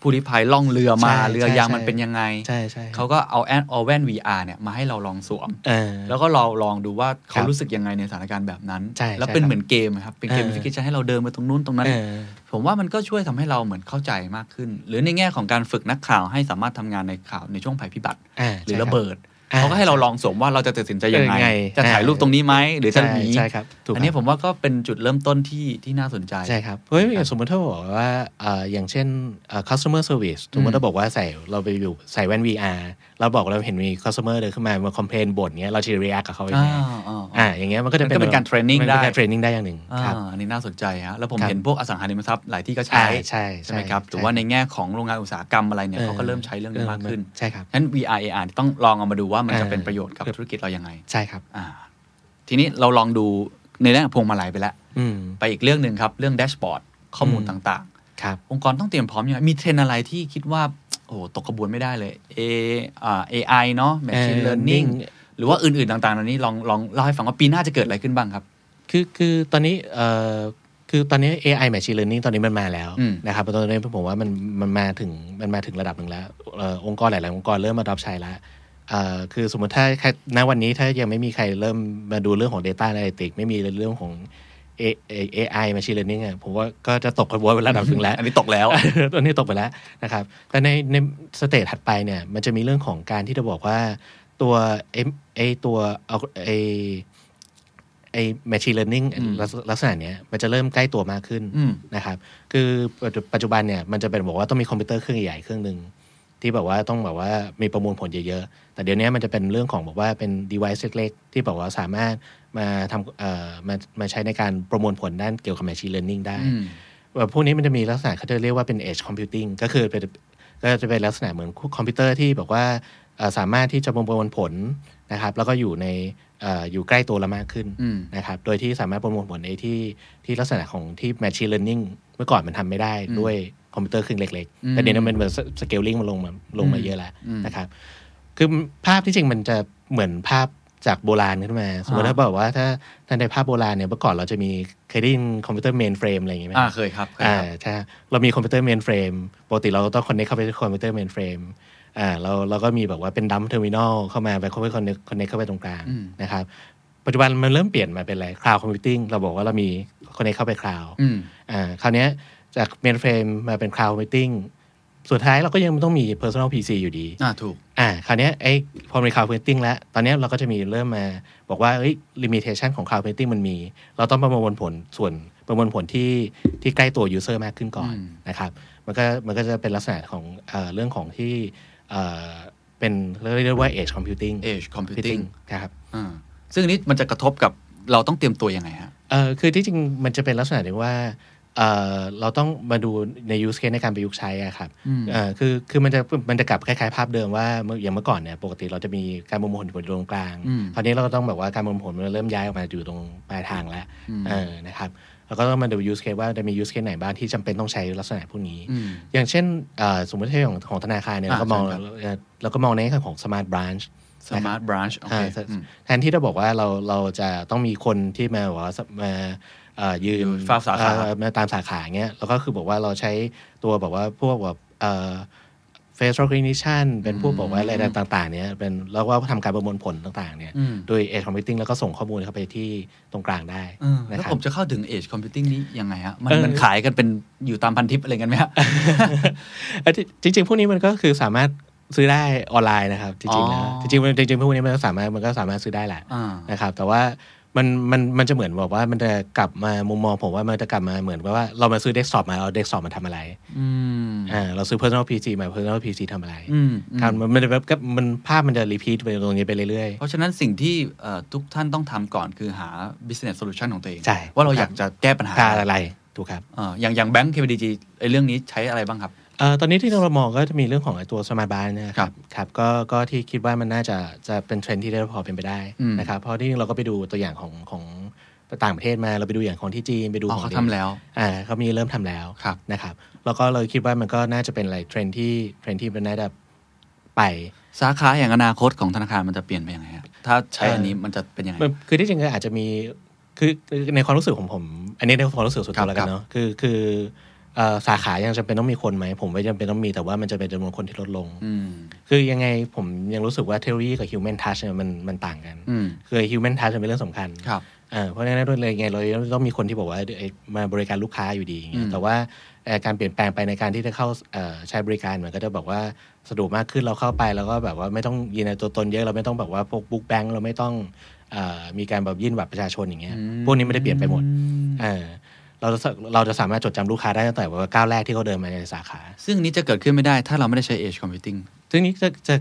S3: ผู้ลี้ภัยล่องเรือมา
S5: ใช่
S3: เรือยางมัน
S5: ใช่
S3: เป็นยังไง
S5: ใช่ใช่ครับ
S3: เขาก็เอาแอนเอาแว่น VR เนี่ยมาให้เราลองสวม
S5: เออ
S3: แล้วก็เราลองดูว่าเขา
S5: ครับ
S3: รู้สึกยังไงในสถานการณ์แบบนั้น
S5: ใช่
S3: แล้ว
S5: ใช่
S3: เป็น
S5: ครับ
S3: เหมือนเกมอะครับเป็นเกม
S5: เออ
S3: ฟิกชันให้เราเดินไปตรงนู้นตรงนั้น
S5: เออ
S3: ผมว่ามันก็ช่วยทำให้เราเหมือนเข้าใจมากขึ้น หรือในแง่ของการฝึกนักข่าวให้สามารถทำงานในข่าวในช่วงภัยพิบัติ
S5: า
S3: หรือ
S5: ใช่ค
S3: ระเบิด
S5: อ่า
S3: เขาก็ให้เราลองสวมว่าเราจะตัดสินใจยัง
S5: เออยั
S3: ไง
S5: งไง
S3: จะถ่ายรูปตรงนี้ไหมหรือจะหนี
S5: ใช่ใช่ครับถูกครับ
S3: อันนี้ผมว่าก็เป็นจุดเริ่มต้นที่ที่น่าสนใจ
S5: ใช่ครับ เพราะอย่างสมมติถ้าบอกว่าเอ่ออย่างเช่นเอ่อ customer service สมมติถ้าบอกว่าใส่เราไปอยู่ใส่แว่น VR เราบอกเราเห็นมี customer เดินขึ้นมามา complain บ่นเงี้ยเราจะ react กับเขายังไง
S3: อ่าอ่า
S5: อ่าอย่างเงี้ยมันก็จะเป็น
S3: มันก็เป็นการ training
S5: มันเป็น
S3: ได้
S5: การ training ได้อย่างหนึ่ง
S3: อ่า
S5: ครับ
S3: อันนี้น่าสนใจฮะแล้วผม
S5: ครับ
S3: เห็นพวกอสังหาริมทรัพย์หลายที่ก็ใช้
S5: อ่าใช่ใช่
S3: ใช่ไหมครับ
S5: ใช่
S3: หรือว่าในแง่ของโรงงานอุตสาหกรรมอะไรเนี่ยเขาก็เริ่มใช้เรื่องนี้มากขึ้น
S5: ใช่ครับ
S3: ฉะนั้น VR AR ต้องลองเอามาดูว่ามันจะ
S5: อ่า
S3: เป็นประโยชน์กับธุรกิจเรายังไง
S5: ใช่ครับ
S3: อ่าทีนี้เราลองดูในเรื่องของพวงมาลัยไปแล้ว
S5: อืม
S3: ไปอีกเรื่องหนึ่งครับ เรื่องแดชบอร์ดข้อมูล
S5: อืม
S3: ต่าง
S5: ครับ
S3: ๆ องค์กรต้องเตรียมพร้อมยังไงมีเทรนด์อะไรที่คิดว่า โอ้โหตกกระบวนไม่ได้เลย A อ่า AI เนาะ Machine
S5: เอ่อ
S3: Learning
S5: นี่
S3: หรือว่าอื่นๆต่างๆเหล่านี้ลองลองเล่าให้ฟังว่าปีหน้าจะเกิดอะไรขึ้นบ้างครับ
S5: คือคือตอนนี้เอ่อคือตอนนี้ AI machine learning ตอนนี้มันมาแล้ว
S3: อืม
S5: นะครับตอนนี้ผมว่ามันมันมาถึงมันมาถึงระดับหนึ่งแล้วเอ่อองค์กรหลาย ๆ องค์กรเริ่มมารับใช้แล้วเอ่อคือสมมติถ้าใครณวันนี้ถ้ายังไม่มีใครเริ่มมาดูเรื่องของ data analytics ไม่มีเรื่องของ A- A- AI machine learning อะผมว่าก็จะตกกระบวนระดับหนึ่งแล้ว
S3: อันนี้ตกแล้ว
S5: ตอนนี้ตกไปแล้วนะครับ แต่ในในสเตจถัดไปเนี่ย มันจะมีเรื่องของการที่จะบอกว่าตัวไอไอตัวเอาไอไอ machine learning ลักษลักษณะเนี้ยมันจะเริ่มใกล้ตัวมากขึ้น
S3: อืม
S5: นะครับ คือปัจจุปัจจุบันเนี่ยมันจะเป็นบอกว่าต้องมีคอมพิวเตอร์เครื่องใหญ่ๆเครื่องหนึ่งที่แบบว่าต้องแบบว่ามีประมวลผลเยอะๆ แต่เดี๋ยวนี้มันจะเป็นเรื่องของบอกว่าเป็น device เล็กๆ ที่บอกว่าสามารถมาทำเอ่อมามาใช้ในการประมวลผลด้านเกี่ยวกับ machine learning ได้
S3: อืม
S5: แบบพวกนี้มันจะมีลักษณะเขาจะเรียกว่าเป็น edge computing ก็คือเป็นก็จะเป็นลักษณะเหมือนคอมพิวเตอร์ที่บอกว่าเอ่อสามารถที่จะประมวลผลนะครับ แล้วก็อยู่ในเอออยู่ใกล้ตัวเรามากขึ้น
S3: อืม
S5: นะครับ โดยที่สามารถประมวลผลในที่ที่ลักษณะของที่ machine learning เมื่อก่อนมันทำไม่ได้ด้วยคอมพิวเตอร์เครื่องเล็กๆ แต่เดี๋ยวนี้มันเหมือน scaling มันลงมาลงมาเยอะแล้วนะครับ คือภาพที่จริงมันจะเหมือนภาพจากโบราณขึ้นมา สมมติถ้าบอกว่าถ้าถ้าในภาพโบราณเนี่ยเมื่อก่อนเราจะมีเคยได้ยินคอมพิวเตอร์เมนเฟรมอะไรอย่างเงี้ยไหม
S3: อ่าเคยครับเคย
S5: อ่า
S3: ครับ
S5: ใช่ครับเรามีคอมพิวเตอร์เมนเฟรมปกติเราต้องคอนเนคเข้าไปที่คอมพิวเตอร์เมนเฟรมอ่าเราเราก็มีแบบว่าเป็นดัมเทอร์มินอลเข้ามาไปคอนเนคคอนเนคคอนเนคเข้าไปตรงกลางนะครับปัจจุบันมันเริ่มเปลี่ยนมาเป็นอะไรคลาวด์คอมพิวติ้งเราบอกว่าเรามีคอนเนคเข้าไปคลาวด์
S3: อืม
S5: อ่าคราวเนี้ยจากเมนเฟรมมาเป็นคลาวด์คอมพิวติ้งสุดท้ายเราก็ยังต้องมี Personal PC อยู่ดี
S3: อ่าถูก
S5: อ่าคราวเนี้ยไอ้พอมี cloud printing แล้ว ตอนเนี้ยเราก็จะมีเริ่มมาบอกว่าเอ้ย limitation ของ cloud printing มันมี เราต้องประมวลผลส่วนประมวลผลที่ที่ใกล้ตัว user มากขึ้นก่อนนะครับ มันก็มันก็จะเป็นลักษณะของเอ่อเรื่องของที่เอ่อเป็นเรียกว่า edge computing
S3: Edge computing
S5: ครับ
S3: อ่าซึ่งอันนี้มันจะกระทบกับเราต้องเตรียมตัวยังไงฮะ
S5: เออคือที่จริงมันจะเป็นลักษณะที่ว่าเออเราต้องมาดูใน use case ในการประยุกต์ใช้อะครับเออคือคือมันจะมันจะกลับคล้ายๆ ภาพเดิมว่าเมื่ออย่างเมื่อก่อนเนี่ยปกติเราจะมีการประมวลผลอยู่ตรงกลาง คราวนี้เราก็ต้องแบบว่าการประมวลผลมันเริ่มย้ายออกมาอยู่ตรงปลายทางแล้วเออนะครับเราก็ต้องมาดู use case ว่าจะมี use case ไหนบ้างที่จำเป็นต้องใช้ลักษณะพวกนี้ อย่างเช่นเอ่อสมมติถ้าอย่างของธนาคารเนี่ยเราก็มอง
S3: อ่าใช่ครับ
S5: เอ่อเราก็มองในแง่ของ smart branch นะครับ
S3: Smart Branch โอเค
S5: อ่า
S3: อืม
S5: แทนที่จะบอกว่าเราเราจะต้องมีคนที่มาบอกว่ามาเอ่อยืน
S3: อยู่เฝ้าสาขา
S5: เอ่อมาตามสาขาเงี้ยแล้วก็คือบอกว่าเราใช้ตัวแบบว่าพวกแบบเอ่อ face recognition เป็นพวกบอกว่าอะไรต่างๆเนี่ยเป็นแล้วก็ทำการประมวลผลต่างๆเนี่ย
S3: อืม
S5: โดย edge computing แล้วก็ส่งข้อมูลเข้าไปที่ตรงกลางได้
S3: เออ
S5: นะ
S3: แล้
S5: คว รับ
S3: ผมจะเข้าถึง Edge Computing นี้ยังไงฮะมัน
S5: เออ
S3: มันขายกันเป็นอยู่ตามพันทิปอะไรกันไหมฮะ
S5: เอ่อจริงจริง ๆ พวกนี้มันก็คือสามารถซื้อได้ออนไลน์นะครับ จริงๆนะ
S3: อ๋อ
S5: จริงๆมันจริงๆพวกนี้มันก็สามารถมันก็สามารถซื้อได้แหละ
S3: อ่า
S5: นะครับแต่ว่ามันมันมันจะเหมือนบอกว่ามันจะกลับมามุมมองผมว่ามันจะกลับมาเหมือนว่าเรามาซื้อเดสก์ท็อปมาเอาเดสก์ท็อปมาทำอะไร
S3: อืม
S5: อ่าเราซื้อ personal PC มา personal PC ทำอะไร
S3: อืม
S5: ครับมันมันจะแบบก็มันภาพมันจะรีพีทไปตรงนี้ไปเรื่อย
S3: เพราะฉะนั้นสิ่งที่เอ่อทุกท่านต้องทำก่อนคือหา business solution ของตัวเอง
S5: ใช่
S3: ว่าเราอยากจะแก้ปัญหา
S5: ๆกาอะไรถูกครับ
S3: เอ่ออย่างอย่างแบงค์ KBDG ไอ้เรื่องนี้ใช้อะไรบ้างครับ
S5: เอ่อตอนนี้ที่เรามองก็จะมีเรื่องของไอ้ตัว smart bar เนยนะ
S3: ค
S5: ค
S3: รั
S5: รั
S3: บบ
S5: ครับก็ก็ที่คิดว่ามันน่าจะจะเป็นเทรนด์ที่ได้พอเป็นไปได้
S3: อืม
S5: นะครับเพราะที่เราก็ไปดูตัวอย่างของของต่างประเทศมาเราไปดูอย่างของที่จีนไปดู
S3: อ๋อ
S5: ของ
S3: เขา
S5: ที่
S3: ทำแล้ว
S5: อ่าเขามีเริ่มทำแล้ว
S3: ครับ
S5: นะครับ แล้วก็เราคิดว่ามันก็น่าจะเป็นอะไรเทรนด์ที่เทรนด์ที่มันน่าจะไป
S3: สาขาอย่างอนาคตของธนาคารมันจะเปลี่ยนไปยังไงฮะถ้าใช้อันนี้มันจะเป็นยังไง
S5: มันคือที่จริงก็อาจจะมีคือคือในความรู้สึกของผม อันนี้ในความรู้สึกส่วน
S3: ครั
S5: ตั
S3: บ
S5: วแล้วกันเนาะคือคือเอ่อสาขายังจำเป็นต้องมีคนไหม ผมว่าจำเป็นต้องมีแต่ว่ามันจะเป็นจำนวนคนที่ลดลง
S3: อืม
S5: คือยังไงผมยังรู้สึกว่าเทคโนโลยีกับ human touch เนี่ยมันมันต่างกัน
S3: อืม
S5: คือ human touch เป็นเรื่องสำคัญ
S3: ครับ
S5: อ่าเพราะฉะนั้นเลยไงเราต้องมีคนที่บอกว่าเอ่อมาบริการลูกค้าอยู่ดีอย่างเงี้
S3: อื
S5: ย
S3: ม
S5: แต่ว่าเอ่อการเปลี่ยนแปลงไปในการที่จะเข้าเอ่อใช้บริการมันก็จะบอกว่าสะดวกมากขึ้นเราเข้าไปแล้วก็แบบว่าไม่ต้องยืนยันตัวตนเยอะเราไม่ต้องแบบว่าพกบุ๊กแบงค์เราไม่ต้องเอ่อมีการแบบยื่นบัตรประชาชนอย่างเงี้ย
S3: อืม
S5: พวกนี้ไม่ได้เปลี่ยนไปหมดเออเราจะเราจะสามารถจดจำลูกค้าได้ตั้งแต่ว่าก้าวแรกที่เขาเดินมาในสาขา
S3: ซึ่งอันนี้จะเกิดขึ้นไม่ได้ถ้าเราไม่ได้ใช้ Edge Computing
S5: ซึ่งนี้จะจะ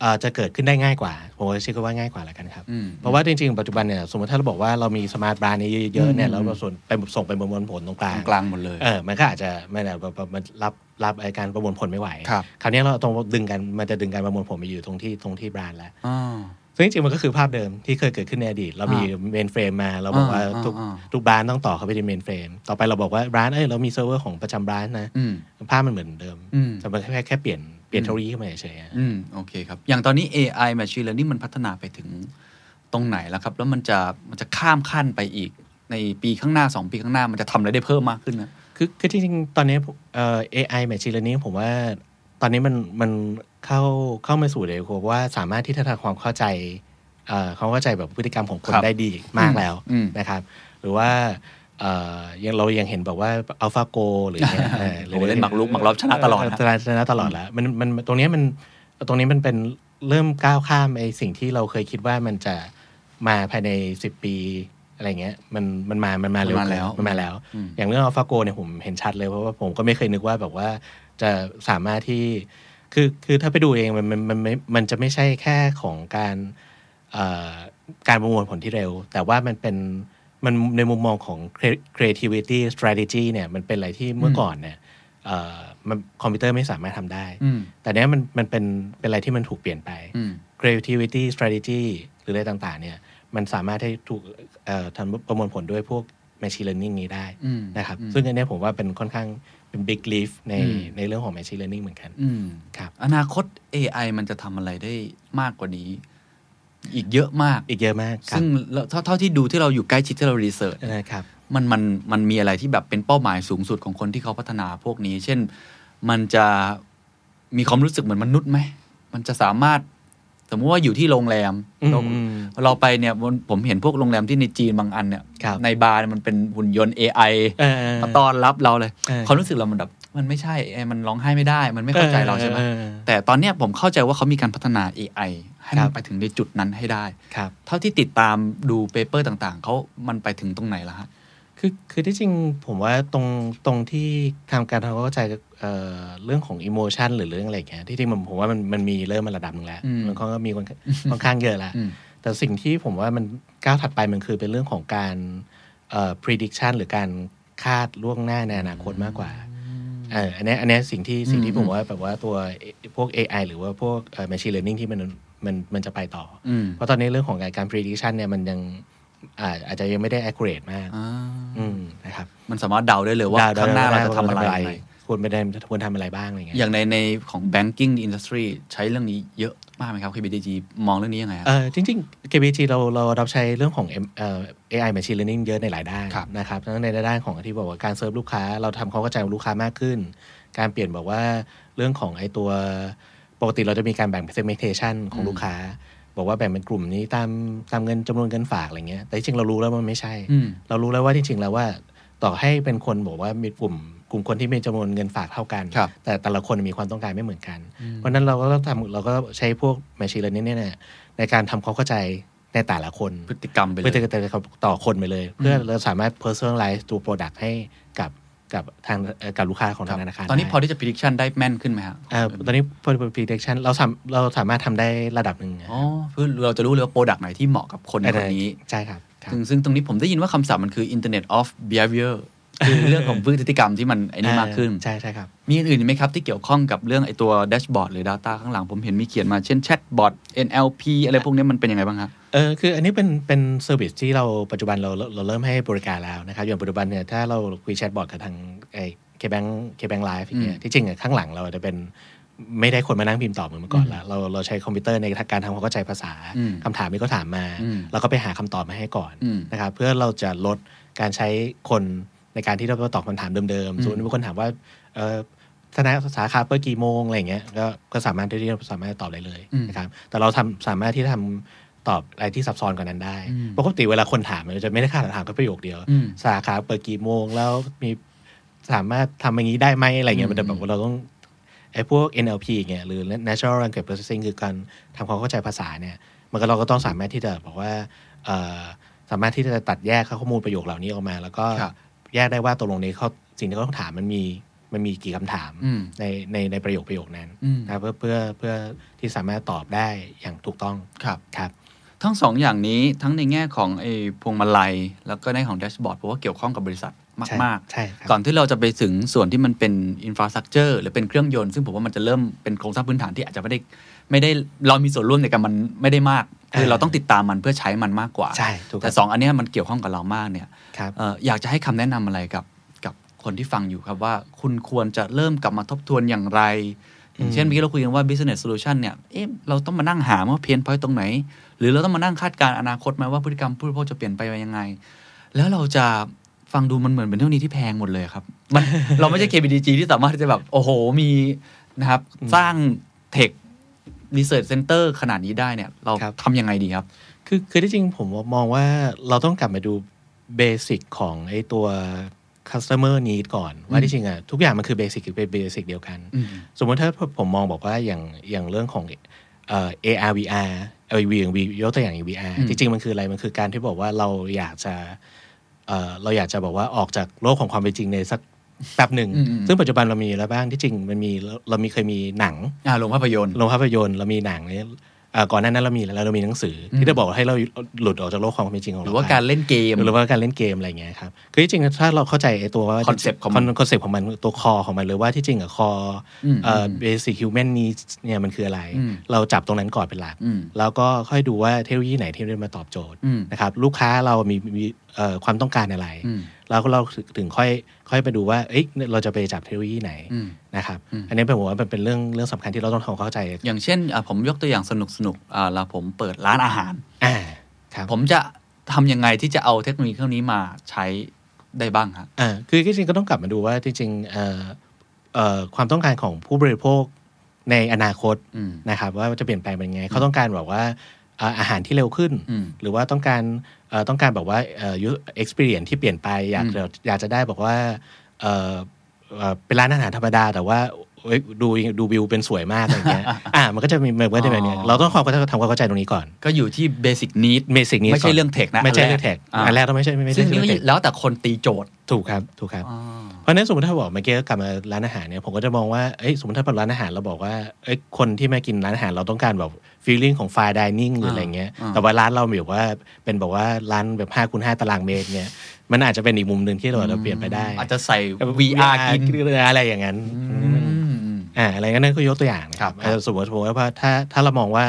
S5: เอ่อจะเกิดขึ้นได้ง่ายกว่าผมว่าเชื่อว่าง่ายกว่าแล้วกันครับ
S3: อืม
S5: เพราะว่าจริงๆ ปัจจุบันเนี่ยสมมติถ้าเราบอกว่าเรามีสมาร์ทบรานี้เยอะๆเนี่
S3: อืม
S5: ยแล้วเราส่วนไปส่งไปประมวลผลตรงกลาง
S3: กลางหมดเลย
S5: เออมันก็อาจจะมันอาจจะมันรับรับไอการประมวลผลไม่ไหว
S3: ครับ
S5: คราวนี้เราตรงดึงกันมันจะดึงการประมวลผลไปอยู่ตรงที่ตรงที่บรานแล้ว
S3: อ่า
S5: ซึ่งจริงๆมันก็คือภาพเดิมที่เคยเกิดขึ้นในอดีต เรามีเมนเฟรมมาเราบอกว่า
S3: อ่า
S5: ทุก
S3: อ่า
S5: ทุกบรานต้องต่อเข้าไปในเมนเฟรมต่อไปเราบอกว่าบรานเอ้ยเรามีเซิร์ฟเวอร์ของประจำบรานนะ
S3: อืม
S5: ภาพมันเหมือนเดิม
S3: อืม
S5: แต่มันแค่แค่เปลี่ยนเปลี่ยนเทคโนโลยีเข้ามาเฉยๆอะ
S3: อืมโอเคครับ อย่างตอนนี้ AI machine learning มันพัฒนาไปถึงตรงไหนแล้วครับ แล้วมันจะมันจะข้ามขั้นไปอีก ในปีข้างหน้า 2 ปีข้างหน้ามันจะทำอะไรได้เพิ่มมากขึ้นนะ
S5: คือคือจริงๆ ตอนนี้ผมเอ่อ AI machine learning ผมว่าตอนนี้มันมันเข้าเข้ามาสู่เลยผมว่าสามารถที่จะทำความเข้าใจเอ่อความเข้าใจแบบพฤติกรรมของคน
S3: ครับ
S5: ได้ดีมากแล้ว
S3: อืม
S5: นะครับ หรือว่าเอ่อยังเรายังเห็นแบบว่า AlphaGo หรืออย่างเงี้ยเออ
S3: โอ้โหเล่นหมากรุกหมากรอบชนะตลอดนะ
S5: ชนะชนะตลอดแล้วมันมันตรงเนี้ยมันตรงนี้มันเป็นเริ่มก้าวข้ามไอ้สิ่งที่เราเคยคิดว่ามันจะมาภายใน 10 ปีอะไรเงี้ยมันมันมามันมาเร็ว
S3: มันมา
S5: เกิน
S3: แล้ว
S5: มันมาแล้ว
S3: อืม
S5: อย่างเรื่องอัลฟาโกเนี่ยผมเห็นชัดเลยเพราะว่าผมก็ไม่เคยนึกว่าแบบว่าจะสามารถที่คือคือถ้าไปดูเองมันมันมันไม่มันจะไม่ใช่แค่ของการเอ่อการประมวลผลที่เร็ว แต่ว่ามันเป็นมันในมุมมองของ cre- creativity strategy เนี่ยมันเป็นอะไรที่เมื่อก่อนเนี่ยเอ่อมันคอมพิวเตอร์ไม่สามารถทำได้
S3: อืม
S5: แต่เนี้ยมันมันเป็นเป็นอะไรที่มันถูกเปลี่ยนไป
S3: อืม
S5: creativity strategy หรืออะไรต่างๆเนี่ยมันสามารถให้ถูกเอ่อทำประมวลผลด้วยพวก machine learning นี้ได้
S3: อืม
S5: นะครับซึ่งอันเนี้ยผมว่าเป็นค่อนข้างเป็น big leap ใน
S3: อืม
S5: ในเรื่องของ machine learning เหมือนกัน
S3: อืม
S5: ครับ
S3: อนาคต AI มันจะทำอะไรได้มากกว่านี้ อีกเยอะมาก
S5: อีกเยอะมากครับ
S3: ซึ่งเราเท่าเท่าที่ดูที่เราอยู่ใกล้ชิดที่เรารีเสิร์ช
S5: นะครับ
S3: มันมันมันมีอะไรที่แบบเป็นเป้าหมายสูงสุดของคนที่เขาพัฒนาพวกนี้ เช่น มันจะมีความรู้สึกเหมือนมนุษย์ไหม มันจะสามารถ สมมติว่าอยู่ที่โรงแรม
S5: อืม
S3: เรา
S5: อืม
S3: เราไปเนี่ยผมผมเห็นพวกโรงแรมที่ในจีนบางอันเนี่ย
S5: ครับ
S3: ในบาร์เนี่ยมันเป็นหุ่นยนต์ AI
S5: เออ
S3: มาต้อนรับเราเลย
S5: เออ
S3: ความรู้สึกเรามันแบบ มันไม่ใช่ AI มันร้องไห้ไม่ได้ มันไม่เข้าใจเราใช่ไหม
S5: ออเออ
S3: แต่ตอนเนี้ยผมเข้าใจว่าเขามีการพัฒนา AI ให้
S5: ครั
S3: มัน
S5: บ
S3: ไปถึงในจุดนั้นให้ได้
S5: ครับ
S3: เท่าที่ติดตามดูเปเปอร์ต่างๆเขามันไปถึงตรงไหนละฮะ
S5: คือคือที่จริงผมว่าตรงตรงที่ทำการทำความเข้าใจกับเอ่อเรื่องของอิโมชันหรือเรื่องอะไรอย่างเงี้ยที่จริงผมผมว่ามันมันมีเริ่มมาระดับหนึงแล้ว
S3: อืม
S5: มันก็มีค่อนข้าง ค่อนข้างเยอะแล้ว
S3: อืม
S5: แต่สิ่งที่ผมว่ามันก้าวถัดไปมันคือเป็นเรื่องของการเอ่อ prediction หรือการคาดล่วงหน้าในอนาคตมากกว่าเอออันเนี้ยอันเนี้ยสิ่งที่สิ่งที่ผมว่าแบบว่าตัวพวก AI หรือว่าพวกเอ่อ machine learning ที่มันมันมันจะไปต่ออ
S3: อืม
S5: เพราะตอนนี้เรื่องของการการ prediction เนี่ยมันยังอาอาจจะยังไม่ได้ accurate มาก
S3: อ่า
S5: อืมนะครับ
S3: มันสามารถเดาได้เลยว่า
S5: ดว
S3: ข้างหน้า
S5: ด
S3: เรา
S5: ว
S3: จะทำอะไร
S5: ว่
S3: ยังไง
S5: ควรไปได้ควรทำอะไรบ้างอะไรเงี้ย
S3: อย่างในในของ banking industry ใช้เรื่องนี้เยอะมากไหมครับ KBDG มองเรื่องนี้ยังไงฮะ
S5: เออจริง ๆ KBG เราเรารับใช้เรื่องของ M- เอ่อ AI machine learning เยอะในหลายด้าน
S3: ครับ
S5: นะครับทั้งในด้านของที่บอกว่าการเซิร์ฟลูกค้าเราทำความเข้าใจกับลูกค้ามากขึ้น การเปลี่ยนบอกว่าเรื่องของไอ้ตัวปกติเราจะมีการแบ่ง segmentation ของลูกค้า บอกว่าแบ่งเป็นกลุ่มนี้ตามตามเงินจำนวนเงินฝากอะไรเงี้ยแต่จริงๆเรารู้แล้วมันไม่ใช่
S3: อืม
S5: เรารู้แล้วว่าจริงๆแล้วว่าต่อให้เป็นคนบอกว่ามีกลุ่ม กลุ่มคนที่มีจำนวนเงินฝากเท่ากัน
S3: ครับ
S5: แต่แต่ละคนมีความต้องการไม่เหมือนกัน เพราะฉะนั้นเราก็ต้องทำเราก็ใช้พวก machine learning เนี่ยนะในการทำความเข้าใจในแต่ละคน
S3: พฤติกรรมไปเล
S5: เพื่อย จะจะต่อคนไปเลย เพื่อเราสามารถ personalize ตัว product ให้กับกับทางเอ่อกับลูกค้าของทางธนาคาร
S3: ตอนนี้
S5: ได้
S3: พอที่จะ prediction ได้แม่นขึ้นไหมครับ
S5: เอ่อตอนนี้ product prediction เราสามเราสามารถทำได้ระดับหนึ่ง
S3: อ๋อเพื่อเราจะรู้เลยว่าโปรดักต์ไหนที่เหมาะกับคนคนนี้
S5: ใช่ครับครับ
S3: ซึ่งซึ่งตรงนี้ผมได้ยินว่าคำศัพท์มันคือ Internet of Behavior คือเรื่องของพฤติกรรมที่มันไอ้นี่มากขึ้น
S5: ใช่ใช่ครับ
S3: มีอนอื่นอีกไหมครับ ที่เกี่ยวข้องกับเรื่องไอ้ตัวแดชบอร์ดหรือ Data ข้างหลังผมเห็นมีเขียนมาเช่นแชทบอท NLP อะไรพวกนี้มันเป็นยังไงบ้างครับ
S5: เออคืออันนี้เป็นเป็นเซอร์วิสที่เราปัจจุบันเราเราเราเริ่มให้บริการแล้วนะครับ อย่างปัจจุบันเนี่ยถ้าเราคุยแชทบอทกับทางไอ้เคแบงเคแบงไลฟ์อย่างเงี้ยที่จริงอะข้างหลังเราจะเป็นไม่ได้คนมานั่งพิมพ์ตอบเหมือนเมื่อก่อนละเราเราใช้คอมพิวเตอร์ในการทำความเข้าใจภาษา
S3: อืม
S5: คำถามที่เขาถามมา
S3: อืม
S5: แล้วก็ไปหาคำตอบมาให้ก่อน
S3: อืม
S5: นะครับเพื่อเราจะลดการใช้คนในการที่เราไปตอบคำถามเดิม
S3: อื
S5: ๆ
S3: ม
S5: สมมติมีคนถามว่าเออธนาสาขาเปิดกี่โมงอะไรอย่างเงี้ยก็ก็สามารถที่จะสามารถตอบได้เลย
S3: อืม
S5: นะครับแต่เราทำสามารถที่จะทำ ตอบอะไรที่ซับซ้อนกว่านั้นได้
S3: อืม
S5: ปกติเวลาคนถามมันจะไม่ได้คาดถามแค่ประโยคเดียว
S3: อืม
S5: สาขาเปิดกี่โมงแล้วมีสามารถทำอย่างนี้ได้ไหมอะไร
S3: อื
S5: เงี้ย
S3: ม
S5: มันจะแบบว่าเราต้องไอ้พวก NLP เงี้ยหรือ Natural Language Processing คือการทำความเข้าใจภาษาเนี่ย มันก็เราก็ต้องสามารถที่จะบอกว่าเอ่อสามารถที่จะตัดแยกข้อมูลประโยคเหล่านี้ออกมา แล้วก็
S3: ครับ
S5: แยกได้ว่าตกลงในข้อสิ่งที่เขาต้องถามมันมีมันมีกี่คำถาม
S3: อืม
S5: ในในในประโยคประโยคนั้น
S3: อืม
S5: นะครับเพื่อเพื่อเพื่อที่สามารถตอบได้อย่างถูกต้อง
S3: ครับ
S5: ครับ
S3: ทั้งสองอย่างนี้ทั้งในแง่ของไอ้พวงมาลัย แล้วก็ในของแดชบอร์ดเพราะว่าเกี่ยวข้องกับบริษัทมาก
S5: ใช่ใช่
S3: ๆ ก่อนที่เราจะไปถึงส่วนที่มันเป็นอินฟราสตรักเจอร์หรือเป็นเครื่องยนต์ ซึ่งผมว่ามันจะเริ่มเป็นโครงสร้างพื้นฐานที่อาจจะไม่ได้ไม่ได้เรามีส่วนร่วมในการมันไม่ได้มากคือเราต้องติดตามมันเพื่อใช้มันมากกว่า
S5: ใช่ถูก
S3: แต่สองอันเนี้ยมันเกี่ยวข้องกับเรามากเนี่ย
S5: ครับ
S3: เอ่ออยากจะให้คำแนะนำอะไรกับกับคนที่ฟังอยู่ครับว่าคุณควรจะเริ่มกลับมาทบทวนอย่างไร อย่างเช่นเมื่อกี้เราคุยกันว่า business solution เนี่ยเอ๊ะเราต้องมานั่งหาว่าเพนพอยตรงไหน หรือเราต้องมานั่งคาดการณ์อนาคตไหมว่าพฤติกรรมผู้บริโภคจะเปลี่ยนไปยังไง แล้วเราจะฟังดูมันเหมือนเป็นเรื่องนี้ที่แพงหมดเลยครับมัน เราไม่ใช่ KBDG ที่สามารถที่จะแบบ โอ้โหมีนะครับสร้างเทครีเสิร์ชเซ็นเตอร์ขนาดนี้ได้เนี่ยเรา
S5: ครับ
S3: ทำยังไงดีครับ
S5: คือคือที่จริงผมมองว่าเราต้องกลับมาดูเบสิกของไอ้ตัว customer need ก่อน ว่าที่จริงอะทุกอย่างมันคือเบสิกคือเป็นเบสิกเดียวกัน
S3: อืม
S5: สมมติถ้าผมมองบอกว่าอย่างอย่างเรื่องของเอ่อ AR VR เออ VR ยกตัวอย่างอย่าง VR
S3: อืม
S5: ที่จริงมันคืออะไรมันคือการที่บอกว่าเราอยากจะเอ่อเราอยากจะบอกว่าออกจากโลกของความเป็นจริงในสักแป๊บหนึ่งซึ่งปัจจุบันเรามีแล้วบ้างที่จริงมันมีเรามีเคยมีหนัง
S3: อ่าโรงภาพยนตร์
S5: โรงภาพยนตร์เรามีหนังเนี่ยเอ่อก่อนหน้านั้นเรามีแล้วเรามีหนังสืออที่จะบอกให้เราหลุดออกจากโลกความเป็นจริงของ
S3: ห
S5: เ
S3: รือว่าการเล่นเกม
S5: หรือว่าการเล่นเกมอะไรอย่างเงี้ยครับคือที่จริงถ้าเราเข้าใจไอ้ตัวว่า
S3: Concept ของมัน
S5: คอนเซปต์ของมันตัวคอของมันหรือว่าที่จริงอะคอ
S3: อืม
S5: เบสิกฮิวแมนนีเนี่ยมันคืออะไร
S3: อืม
S5: เราจับตรงนั้นก่อนเป็นหลัก
S3: อืม
S5: แล้วก็ค่อยดูว่าเทคโนโลยีไหนที่จะมาตอบโจทย์
S3: อืม
S5: นะครับลูกค้าเรามีมีเอ่อความต้องการอะไร
S3: อืม
S5: แล้วเราถึงค่อยค่อยไปดูว่าเอ้ยเราจะไปจับเทคโนโลยีไหน
S3: อืม
S5: นะครับอันนี้เป็นผมว่ามันเป็นเรื่องเรื่องสำคัญที่เราต้องทำความเข้าใจ
S3: อย่างเช่นอ่ะผมยกตัวอย่างสนุกๆอ่าเราผมเปิดร้านอาหาร
S5: อ่าครับ
S3: ผมจะทำยังไงที่จะเอาเทคโนโลยีเครื่องนี้มาใช้ได้บ้างฮะ
S5: อ่าคือจริงๆก็ต้องกลับมาดูว่าจริงๆเอ่อเอ่อความต้องการของผู้บริโภคในอนาคต
S3: อืม
S5: นะครับว่าจะเปลี่ยนแปลงเป็นไง เขาต้องการแบบว่าเอ่ออาหารที่เร็วขึ้น
S3: อืม
S5: หรือว่าต้องการเอ่อต้องการแบบว่าเอ่อ user experience ที่เปลี่ยนไปอยาก
S3: อืม
S5: จะอยากจะได้บอกว่าเอ่อเอ่อเป็นร้านอาหารธรรมดา แต่ว่าเอ้ยดูดูวิวเป็นสวยมากอะไร เงี้ยอ่ามันก็จะมีมันก็จะแบบเนี้ยเราต้องความทำความเข้าใจตรงนี้ก่อน
S3: ก็อยู่ที่เบสิกนิด
S5: basic needs
S3: ไม่ใช่เรื่อง tech นะ
S5: ไม่ใช่เรื่องเทค
S3: า
S5: อันแรกต้องไม่ใช่ไม่ใช่
S3: ซึ่งนี่ก็
S5: เรื่องเทค
S3: แล้วแต่คนตีโจทย์
S5: ถูกครับ ถูกครับ เพราะฉะนั้นสมมติถ้าบอกเมื่อกี้ก็กลับมาร้านอาหารเนี่ยผมก็จะมองว่าเอ้ยสมมติถ้าเป็นร้านอาหารเราบอกว่าเอ้ยคนที่มากินร้านอาหารเราต้องการแบบฟีลลิ่งของฟายดิเนิ่งหรืออะไรเงี้ย
S3: อ่า
S5: แต่ว่าร้านเราแบบว่าเป็นแบบว่าร้านแบบ5คูณ5ตารางเมตรเนี่ยมันอาจจะเป็นอีกมุมหนึ่งที่เราเราเปลี่ยนไปได้
S3: อาจจะใส่ VR กิน
S5: อะไรอย่างนั้นอืม
S3: อืม
S5: อ่าอะไรก็นั่นก็ยกตัวอย่างนะครับ
S3: ครับ
S5: เอ่อสมมติผมว่าถ้าถ้าเรามองว่า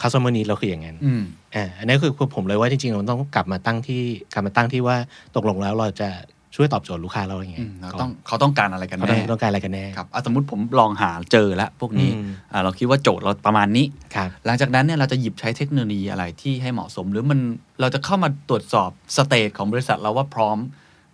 S5: คัสเตอร์นีเราคืออย่างนั้น
S3: อืม
S5: อ่าอันนี้คือผมเลยว่าจริงๆเราต้องกลับมาตั้งที่กลับมาตั้งที่ว่าตกลงแล้วเราจะช่วยตอบโจทย์ลูกค้าเราอย่างไง
S3: อืมเราต้องเขาต้องการอะไรกัน
S5: เขาต้อ
S3: แน่
S5: งต้องการอะไรกันแน่
S3: ครับอ่ะสมมติผมลองหาเจอแล้วพวกนี้
S5: อืม
S3: อ่ะเราคิดว่าโจทย์เราประมาณนี้
S5: ครับ
S3: หลังจากนั้นเนี่ยเราจะหยิบใช้เทคโนโลยีอะไรที่ให้เหมาะสม หรือมันเราจะเข้ามาตรวจสอบสเตจของบริษัทเราว่าพร้อม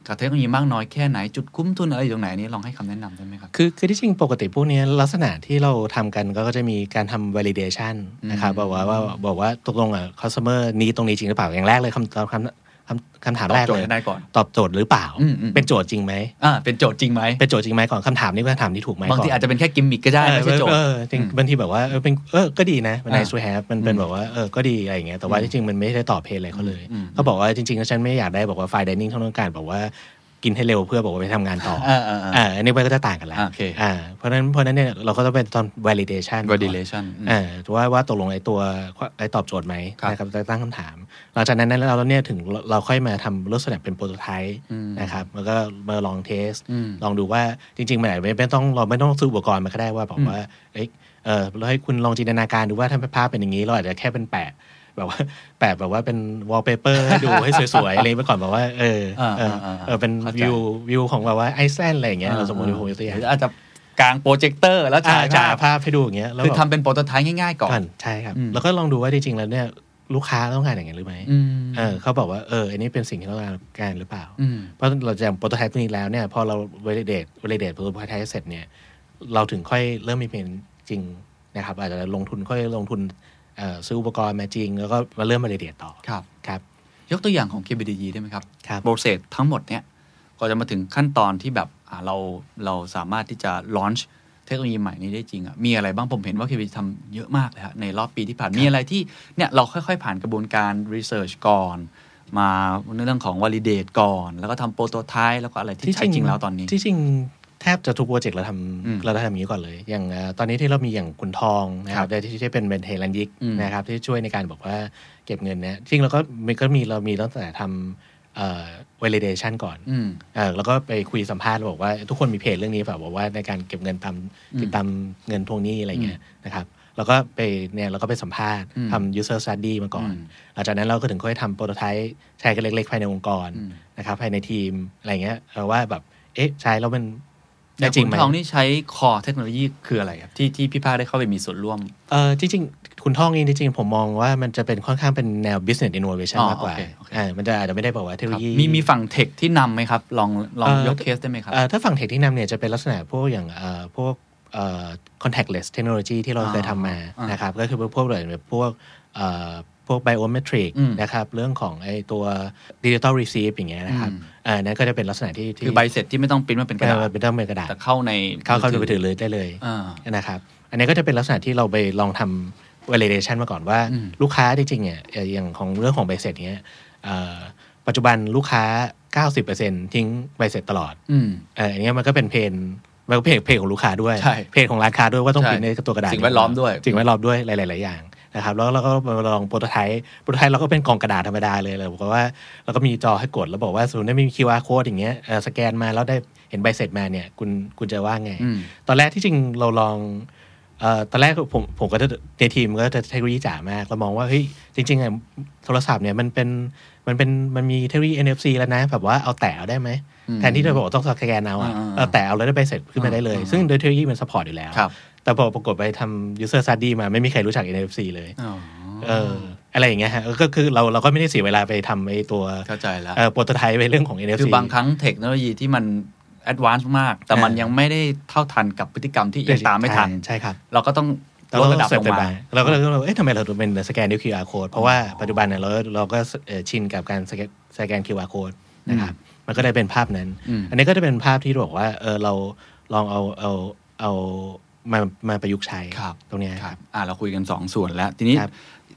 S3: กับเทคโนโลยีมากน้อยแค่ไหนจุดคุ้มทุนอะไรอยู่ตรงไหนอันนี้ลองให้คำแนะนำได้ไหมครับ
S5: คือคือที่จริงปกติพวกเนี้ยลักษณะที่เราทำกันก็จะมีการทำ validation นะครับ
S3: อืม
S5: บอกว่าว่าบอกว่าตกลงอ่ะ customer นี้ตรงนี้จริงหรือเปล่าอย่างแรกเลยคำตอบคำคำคำถามแรก
S3: ตอบโจท
S5: เล
S3: ย์
S5: ย
S3: ให้ได้ก่อน
S5: ตอบโจทย์หรือเปล่า
S3: อืมอืม
S5: เป็นโจทย์จริงไหม
S3: อ่าเป็นโจทย์จริงไหม
S5: เป็นโจทย์จริงไหมก่อนคำถามนี้เป็นคำถามที่ถูกไหมก่น
S3: บางทีอาจจะเป็นแค่กิมมิคก็ได้ไม่ใช่โจท
S5: เอ
S3: ย์
S5: อเออจริง
S3: อืม
S5: บางทีแบบว่าเออเป็นเออก็ดีนะมัน
S3: อ่า
S5: nice to have มันเป็นแบบว่าเออก็ดีอะไรอย่างเงี้ยแต่ว่าที่จริงมันไม่ได้ตอบเพลอะไรเขาเลย
S3: อืม
S5: เขาบอกว่าจริงๆแล้วฉันไม่อยากได้บอกว่า fine dining เท่านั้นการบอกว่ากินให้เร็วเพื่อบอกว่าไปทำงานต่อ
S3: เออเออเออ
S5: อ่าอันนี้มันก็จะต่างกันแล้ว
S3: อ่าโอเค
S5: อ่าเพราะฉะนั้นเพราะฉะนั้นเนี่ยเราก็ต้องเป็นตอน validation ก่อน
S3: validation อืม
S5: อ่าว่าว่าตกลงไอ้ตัวไอ้ตอบโจทย์ไหม
S3: ครับ
S5: นะครับจะตั้งคำถาม หลังจากนั้นแล้วเราเนี่ยถึงเราเราค่อยมาทำลักษณะเป็นโปรโตไทป์นะครับแล้วก็มาลองเทส
S3: อืม
S5: ลองดูว่าจริงๆมันอาจจะไม่ต้องเราไม่ต้องซื้ออุปกรณ์มาก็ได้ว่าบอกว่าเอ้ยเออเราให้คุณลองจินตนาการดูว่าถ้าภาพเป็นอย่างนี้ เราอาจจะแค่เป็นแปะแบบว่า แปะแบบว่าเป็นวอลเปเปอร์ให้ดูให้ส วยๆ อะไรไปก่อนแบบว่า เออเออ
S3: อ่าๆๆ
S5: เออเป็น
S3: เข้าใจ
S5: วิววิวของแบบว่าไอซ์แลนด์อะไรอย่างเงี้ยเราสมมติผมยกตัวอย่าง
S3: หรืออาจจะกางโปรเจคเตอร์แล้ว
S5: อ่า
S3: ฉาย
S5: จ่า
S3: ภาพ
S5: ภาพให้ดูอย่างเงี้ยแล้ว
S3: คือ
S5: แบบ
S3: ทำเป็นโปรโตไทป์ง่ายๆก่อน
S5: ก่อนใช่ครับ
S3: อืม
S5: แล้วก็ลองดูว่าจริงๆแล้วเนี่ยลูกค้าต้องการอย่างเงี้ยหรือไม่
S3: อืม
S5: เออเขาบอกว่าเอออันนี้เป็นสิ่งที่ต้องการหรือเปล่า
S3: ม
S5: เพราะเราจะโปรโตไทป์ตัวนี้แล้วเนี่ยพอเรา validate validate โปรโตไทป์เสร็จเนี่ยเราถึงค่อยเริ่มมีเป็นจริงนะครับอาจจะลงทุนค่อยลงทุนเอ่อซื้ออุปกรณ์มาจริง แล้วก็มาเริ่ม validate ต่อ
S3: ครับ
S5: ครับ
S3: ยกตัวอย่างของ KBDG ได้ไหมครับ
S5: ครับ
S3: โปรเซสทั้งหมดเนี่ยก็จะมาถึงขั้นตอนที่แบบอ่าเราเราสามารถที่จะ launch เทคโนโลยีใหม่นี้ได้จริงอะมีอะไรบ้างผมเห็นว่า KBDG ทำเยอะมากเลยฮะในรอบปีที่ผ่านมีอะไรที่เนี่ยเราค่อยๆ ผ่านกระบวนการ research ก่อน มาในเรื่องของ validate ก่อน แล้วก็ทำโปรโตไทป์แล้วก็อะไรที่ใช้จริงแล้วตอนนี้
S5: ที่จริงแทบจะทุกโปรเจกต์เราท
S3: อืม
S5: ำเราทำอย่างนี้ก่อนเลย อย่างเอ่อตอนนี้ที่เรามีอย่างคุณทองนะค
S3: ครั
S5: รั
S3: บบ
S5: ที่ที่เป็นเบนเทลันยิก
S3: อืม
S5: นะครับที่ช่วยในการบอกว่าเก็บเงินเนี่ยจริงเราก็มีก็มีเรามีตั้งแต่ทำเอ่อ validation ก่อน
S3: ืม
S5: เออแล้วก็ไปคุยสัมภาษณ์บอกว่าทุกคนมีเพจเรื่องนี้แบบบอกว่าในการเก็บเงินตาม
S3: อืม
S5: ติดตามเงินทวงหนี้อะไรเงี้ยนะครับแล้วก็ไปเนี่ยเราก็ไปสัมภาษณ์
S3: อืม
S5: ทำ user study มาก่อน
S3: อืม
S5: หลังจากนั้นเราก็ถึงค่อยทำโปรโตไทป์แชร์กันเล็กๆภายในองค์กร
S3: อืม
S5: นะครับภายในทีมอะไรเงี้ยเออว่าแบบเอ๊ะใช้แล้วมัน
S3: อ
S5: ได้
S3: ย่าง
S5: จริง
S3: คุ
S5: ไห
S3: ณ
S5: ม
S3: ทองนี่ใช้คอเทคโนโลยีคืออะไรครับที่ที่พี่ภาคได้เข้าไปมีส่วนร่วม
S5: เออจริงๆ คุณท่องนี่จริงๆ ผมมองว่ามันจะเป็นค่อนข้างเป็นแนว business innovation
S3: อ๋อ
S5: มากกว่า
S3: โอเคโอเค
S5: อ่ามันจะอาจจะไม่ได้บอกว่าเทค
S3: ค
S5: โนโล
S3: รับ
S5: ยี
S3: มีมีฝั่งเทคที่นำไหมครับ ลองลอง
S5: เอ่อ
S3: ยกเคสได้ไหมครับ
S5: เอ่อถ้าฝั่งเทคที่นำเนี่ยจะเป็นลักษณะพวกอย่างเอ่อพวกเอ่อ contactless technology ที่เรา
S3: อ๋อ
S5: เคยทำมา
S3: อ่าน
S5: นะครับก็คือพวกแบบพวกเอ่อพวก biometric
S3: อืม
S5: นะครับเรื่องของไอตัว digital receipt อย่างเงี้ยนะครับ
S3: อืม
S5: อ่านั่นก็จะเป็นลักษณะที่ที่
S3: คือใบเสร็จที่ไม่ต้องปริ้นมาเป็นกระดาษ
S5: เอ่อเป็นต้องเป็นกระดาษ
S3: แต่เข้าใน
S5: เข้าเข้าไปถือเลยได้เลย
S3: อ่า
S5: นะครับอันนี้ก็จะเป็นลักษณะที่เราไปลองทำ validation มาก่อนว่า
S3: อืม
S5: ลูกค้าจริงๆเนี่ยเอ่ออย่างของเรื่องของใบเสร็จเนี้ยเอ่อปัจจุบันลูกค้า 90%ทิ้งใบเสร็จตลอด
S3: อืม
S5: เอออันเนี้ยมันก็เป็นเพนมันก็เพนเพนของลูกค้าด้วย
S3: ใช่
S5: เพนของร้านค้าด้วยว่าต้อง
S3: ใช่
S5: พิมพ์ในตัวกระดาษ
S3: สิ่งแวดล้อมด้วย
S5: สิ่งแวดล้อมด้วยหลาย ๆ อย่างนะครับแล้วเราก็มาลองโปรโตไทป์โปรโตไทป์เราก็เป็นกล่องกระดาษธรรมดาเลยเราบอกว่าเราก็มีจอให้กดแล้วบอกว่าสมมติได้มี QR code อย่างเงี้ยเอ่อสแกนมาแล้วได้เห็นใบเสร็จมาเนี่ยคุณคุณจะว่าไง
S3: อืม
S5: ตอนแรกที่จริงเราลองเออตอนแรกผมผมก็จะในทีมก็จะเทคโนโลยีจ๋ามาก เรามองว่าเฮ้ยจริงๆอะโทรศัพท์เนี่ยมันเป็นมันเป็นมันมีเทคโนโลยี NFC แล้วนะ แบบว่าเอาแตะเอาได้ไหม
S3: อืม
S5: แทนที่จะบอกว่าต้องสแกนเอาอะ
S3: อ่าๆ
S5: เอาแตะเอาแล้วได้ใบเสร็จขึ้นมาได้เลย
S3: อ่าๆ
S5: ซึ่งโดยเทคโนโลยีมันสปอร์ตอยู่แล้ว
S3: ครับ
S5: แต่พอปรากฏไปทำ user study มาไม่มีใครรู้จัก NFC เลย
S3: อ๋อ
S5: เอออะไรอย่างเงี้ยฮะก็คือเราเราก็ไม่ได้เสียเวลาไปทำไอ้ตัว
S3: เข้าใจแล้ว
S5: เอ่อโปรโตไทป์ไปเรื่องของ NFC
S3: คือบางครั้งเทคโนโลยีที่มันแอดวานซ์มาก แต่มันยังไม่ได้เท่าทันกับพฤติกรรมที่ยังตามไม่ทัน
S5: ใช่ครับ
S3: เราก็ต้องลดระดับลงมา
S5: เราก็เลยเราก็เลยเอ๊ะทำไมเราถึงเป็นสแกนด้วย QR code เพราะว่าปัจจุบันเนี่ยเราเราก็เอ่อชินกับการสแกนสแกน QR code นะครับมันก็ได้เป็นภาพนั้น
S3: อืม
S5: อันนี้ก็จะเป็นภาพที่บอกว่าเออเราลองเอาเอาเอามามาประยุกต์ใช้
S3: ครับ
S5: ตรงเนี้ย
S3: ค
S5: ค
S3: รั
S5: รั
S3: บบ อ่าเราคุยกัน 2 ส่วนแล้ว ทีนี้
S5: ครับ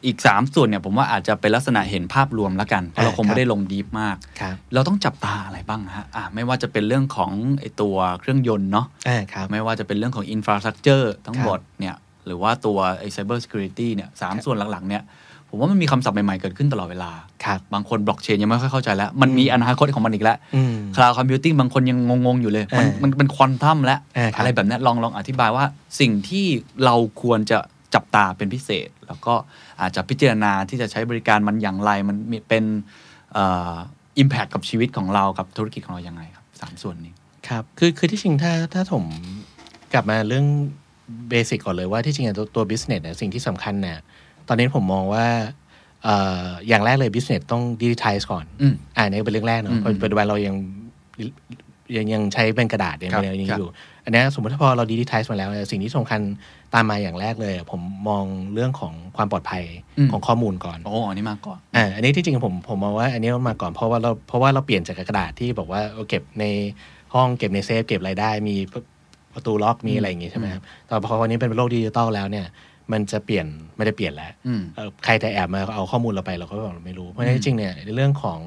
S3: อีก 3 ส่วนเนี่ยผมว่าอาจจะเป็นลักษณะเห็นภาพรวมแล้วกัน เพราะเรา
S5: อ่า
S3: คงไม่
S5: ครับ
S3: ได้ลงดีฟมาก
S5: ครับ
S3: เราต้องจับตาอะไรบ้างฮะอ่าไม่ว่าจะเป็นเรื่องของไอตัวเครื่องยนต์เนาะ
S5: อ่าครับ
S3: ไม่ว่าจะเป็นเรื่องของอินฟราสตรักเจอร์ทั้งหมดเนี่ยหรือว่าตัวไอ้ไซเบอร์ซิเคียวริตี้เนี่ยสามส่วนหลังๆเนี่ยผมว่ามันมีคำศัพท์ใหม่ ๆ เกิดขึ้นตลอดเวลา
S5: ครับ
S3: บางคนบล็อกเชนยังไม่ค่อยเข้าใจแล้ว มันมีอนาคตของมันอีกแล้ว
S5: อืม
S3: คลาวด์คอมพิวติ้งบางคนยังงง ๆ อยู่เลย มัน
S5: เออ
S3: มันเป็นควอนตัมแล้ว
S5: เออครับ
S3: อะไรแบบเนี้ยลองลองอธิบายว่าสิ่งที่เราควรจะจับตาเป็นพิเศษ แล้วก็อาจจะพิจารณาที่จะใช้บริการมันอย่างไรมันมีเป็นอิมแพคกับชีวิตของเรากับธุรกิจของเรายังไงครับสามส่วนนี้
S5: ครับ คือคือที่จริงถ้าถ้าผมกลับมาเรื่องเบสิกก่อนเลยว่าที่จริงอะตัวตัว business เนี่ยสิ่งที่สำคัญเนี่ยตอนนี้ผมมองว่าเอ่ออย่างแรกเลย business ต้อง digitize ก่อน
S3: อืม
S5: อ่านี่เป็นเรื่องแรกเนาะ
S3: อืม
S5: ปัจจุบันเรายัง ยังยังใช้เป็นกระดาษยัง
S3: ครับ
S5: ยัง
S3: ครับ
S5: อยู่ อันเนี้ยสมมติถ้าพอเราดีดิทายมาแล้วเนี่ยสิ่งที่สำคัญตามมาอย่างแรกเลยอะผมมองเรื่องของความปลอดภัยของข้อมูลก่อน
S3: โอ้อันนี้มาก่อน
S5: อ่าอันนี้ที่จริงผมผมมองว่าอันนี้มันมาก่อนเพราะว่าเราเพราะว่าเราเปลี่ยนจากกระดาษที่บอกว่าเอาเก็บในห้องเก็บในเซฟเก็บรายได้ มีประตูล็อกมีอะไรอย่างงี้ใช่ไหมครับแต่พอวันนี้เป็นโลกดิจิตอลแล้วเนี่ย มันจะเปลี่ยนไม่ได้เปลี่ยนแล้ว
S3: อืม
S5: เอ่อใครแต่แอบมาเอาข้อมูลเราไปเราก็บอกเราไม่รู้เพราะฉะนั้นจริงๆเนี่ยในเรื่องของ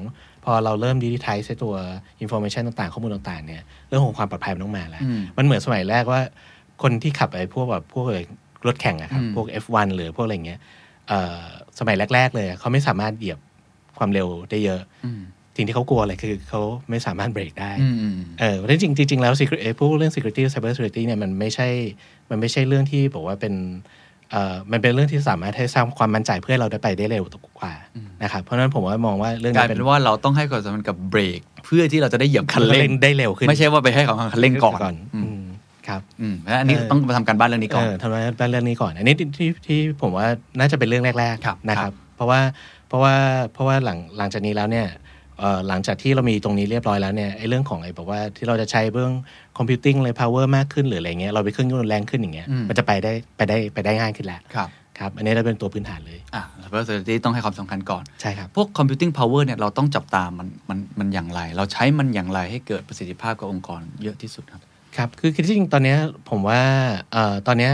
S5: พอเราเริ่มดิจิทัลใช้ตัวอินโฟมชันต่างๆ ข้อมูลต่างๆเนี่ยเรื่องของความปลอดภัยมันต้องมาแล้ว
S3: อืม
S5: มันเหมือนสมัยแรกว่า คนที่ขับไอ้พวกแบบพวกรถแข่งอะครับ
S3: อืม
S5: พวก F1 หรือพวกอะไรอย่างเงี้ยเอ่อสมัยแรก ๆ เลยอะเขาไม่สามารถเหยียบความเร็วได้เยอะ
S3: อืม
S5: สิ่งที่เขากลัวเลยคือเขาไม่สามารถเบรกได้
S3: อืมอืม
S5: เออเพราะฉะนั้นจริงจริงๆแล้ว secret เอ่อพวกเรื่อง security cyber security เนี่ยมันไม่ใช่ มันไม่ใช่เรื่องที่บอกว่าเป็นเอ่อมันเป็นเรื่องที่สามารถให้สร้างความมั่นใจเพื่อให้เราได้ไปได้เร็วกว่านะครับเพราะฉะนั้นผมว่ามองว่าเรื่อง
S3: กลาย
S5: นี้
S3: เป็นว่าเราต้องให้ความสำคัญกับเบรก เพื่อที่เราจะได้เหยียบคัน
S5: เร่
S3: เร่
S5: ง
S3: ง
S5: ได้เร็วขึ้น
S3: ไม่ใช่ว่าไปให้ของคันเร่งก่อน
S5: อืมครับ
S3: อืมเพราะฉะนั้นอันนี้
S5: เออ
S3: ต้องมาทำการบ้านเรื่องนี้ก่อน
S5: เออทำไมเป็นเรื่องนี้ก่อน อันนี้ที่ที่ที่ผมว่าน่าจะเป็นเรื่องแรก
S3: ครับ
S5: ๆนะค
S3: ครั
S5: รับ
S3: บ
S5: เพราะว่าเพราะว่าเพราะว่าหลังหลังจากนี้แล้วเนี่ยเอ่อหลังจากที่เรามีตรงนี้เรียบร้อยแล้วเนี่ยไอ้เรื่องของไอ้บอกว่าที่เราจะใช้เรื่องคอมพิวติ้งเลย power มากขึ้นหรืออะไรเงี้ยเราไปเครื่องยนต์แรงขึ้นอย่างเงี้ยมันจะไปได้ไปได้ไปได้ง่ายขึ้นแล้ว
S3: ครับ
S5: ครับ อันนี้จะเป็นตัวพื้นฐานเลย
S3: อ่ะ cyber security ต้องให้ความสำคัญก่อน
S5: ใช่ครับ
S3: พวก computing power เนี่ยเราต้องจับตามันมันมันอย่างไร เราใช้มันอย่างไรให้เกิดประสิทธิภาพกับองค์กรเยอะที่สุดครับ
S5: ครับ คือคือที่จริงตอนเนี้ยผมว่าเอ่อตอนเนี้ย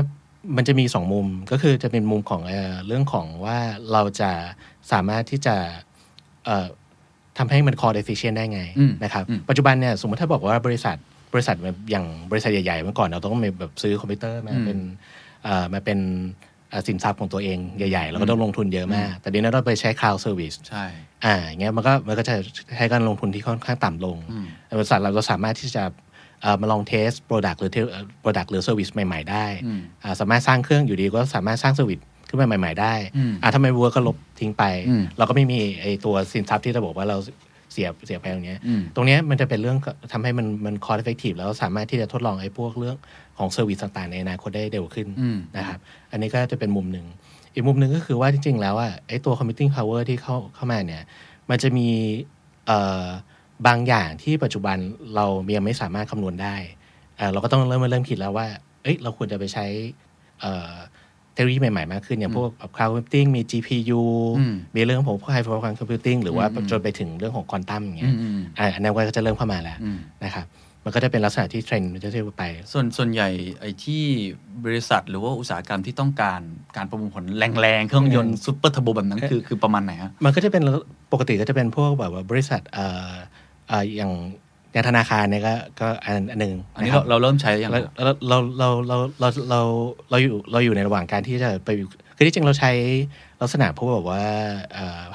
S5: มันจะมีสองมุม ก็คือจะเป็นมุมของเอ่อเรื่องของว่าเราจะสามารถที่จะเอ่อทำให้มัน core efficient ได้ไง
S3: อืม
S5: นะครับ
S3: อืม
S5: ปัจจุบันเนี่ยสมมติถ้าบอกว่าบริษัทบริษัทแบบอย่างบริษัทใหญ่ๆเมื่อก่อนเราต้องมีแบบซื้อคอมพิวเตอร์มาเป็นเอ่อมาเป็นเอ่อสินทรัพย์ของตัวเองใหญ่ๆ แล้วก็ต้องลงทุนเยอะมาก แต่เดี๋ยวนี้เราไปใช้ cloud service
S3: ใช่
S5: อ่าอย่างเงี้ยมันก็มันก็จะใช้การลงทุนที่ค่อนข้างต่ำลงบริษัทเราเราสามารถที่จะเอ่อมาลองเทสโปรดักต์หรือโปรดักต์หรือเซอร์วิสใหม่ ๆ ได้
S3: อืม
S5: อ่าสามารถสร้างเครื่องอยู่ดีก็สามารถสร้างเซอร์วิสขึ้นมาใหม่ ๆ ได้
S3: อืม
S5: อ่าถ้าไม่เวิร์กก็ลบทิ้งไป
S3: อืม
S5: เราก็ไม่มีไอตัวสินทรัพย์ที่เราบอกว่าเราเสียเสียไปตรงเนี้ย
S3: อืม
S5: ตรงเนี้ยมันจะเป็นเรื่องทำให้มันมันคอร์ดเอฟเฟกตีฟแล้วสามารถที่จะทดลองไอ้พวกเรื่องของเซอร์วิสต่างๆในอนาคตได้เร็วขึ้น
S3: อืม
S5: นะครับอันนี้ก็จะเป็นมุมหนึ่ง อีกมุมหนึ่งก็คือว่าจริง ๆ แล้วอ่ะไอ้ตัว committing power ที่เข้าเข้ามาเนี่ย มันจะมีเอ่อบางอย่างที่ปัจจุบันเรายังไม่สามารถคำนวณได้เอ่อเราก็ต้องเริ่มมาเริ่มคิดแล้วว่า เอ้ยเราควรจะไปใช้เอ่อเทคโนโลยีใหม่ ๆ มากขึ้นอย่างพวกแบบ cloud computing มี GPU
S3: อืม
S5: มีเรื่องของพวก high performance computing หรือว่า
S3: อืม
S5: จนไปถึงเรื่องของควอนตัมอย่างเงี้
S3: อื
S5: ย
S3: มอืม
S5: อ่ะอันนั้นก็จะเริ่มเข้ามาแล้ว
S3: อืม
S5: นะครับมันก็จะเป็นลักษณะที่เทรนด์มันจะเรื่อยๆไป
S3: ส่วนส่วนใหญ่ไอ้ที่บริษัทหรือว่าอุตสาหกรรมที่ต้องการการประมวลผลแรงๆ เครื่องยนต์ซุปเปอร์เทอร์โบแบบนั้นคือคือประมาณไหนฮะ
S5: มันก็จะเป็นปกติก็จะเป็นพวกแบบว่าบริษัทเอ่อเอ่ออย่างอย่างธนาคารเนี่ยก็ก็อันอันหนึ่ง
S3: อันนี้
S5: ะค
S3: เรา
S5: บ
S3: เราเริ่มใช้ยังไง
S5: แล้วเราเราเราเราเราเราเราอยู่เราอยู่ในระหว่างการที่จะไปอยู่คือที่จริงเราใช้ลักษณะพวกแบบว่า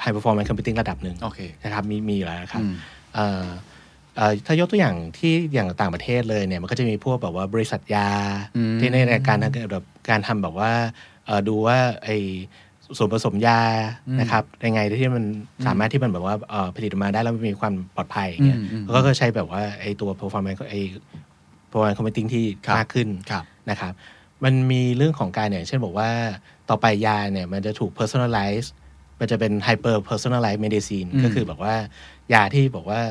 S5: ไฮเปอร์ฟอร์แมนซ์คอมพิวติ้งระดับหนึ่ง
S3: โอเค
S5: นะครับมีมีอยู่แล้วนะครับ
S3: อืม
S5: เอ่อเอ่อถ้ายกตัวอย่างที่อย่างต่างประเทศเลยเนี่ยมันก็จะมีพวกแบบว่าบริษัทยา
S3: อืม
S5: ที่ในการทำแบบการทำแบบว่าเอ่อดูว่าไอ ส่วนผสมยานะครับยังไงที่มันสามารถที่มันแบบว่าเอ่อผลิตออกมาได้แล้วมีความปลอดภัยอย่างเงี้ย
S3: อืมอืม
S5: แล้วก็ใช้แบบว่าไอ้ตัว performance ไอ้ performance computing ที่
S3: ครับ
S5: มากขึ้น
S3: ครับ
S5: นะครับ มันมีเรื่องของการอย่างเช่นบอกว่าต่อไปยาเนี่ยมันจะถูก personalize มันจะเป็น hyper personalized medicine ก็คือแบบว่ายาที่บอกว่า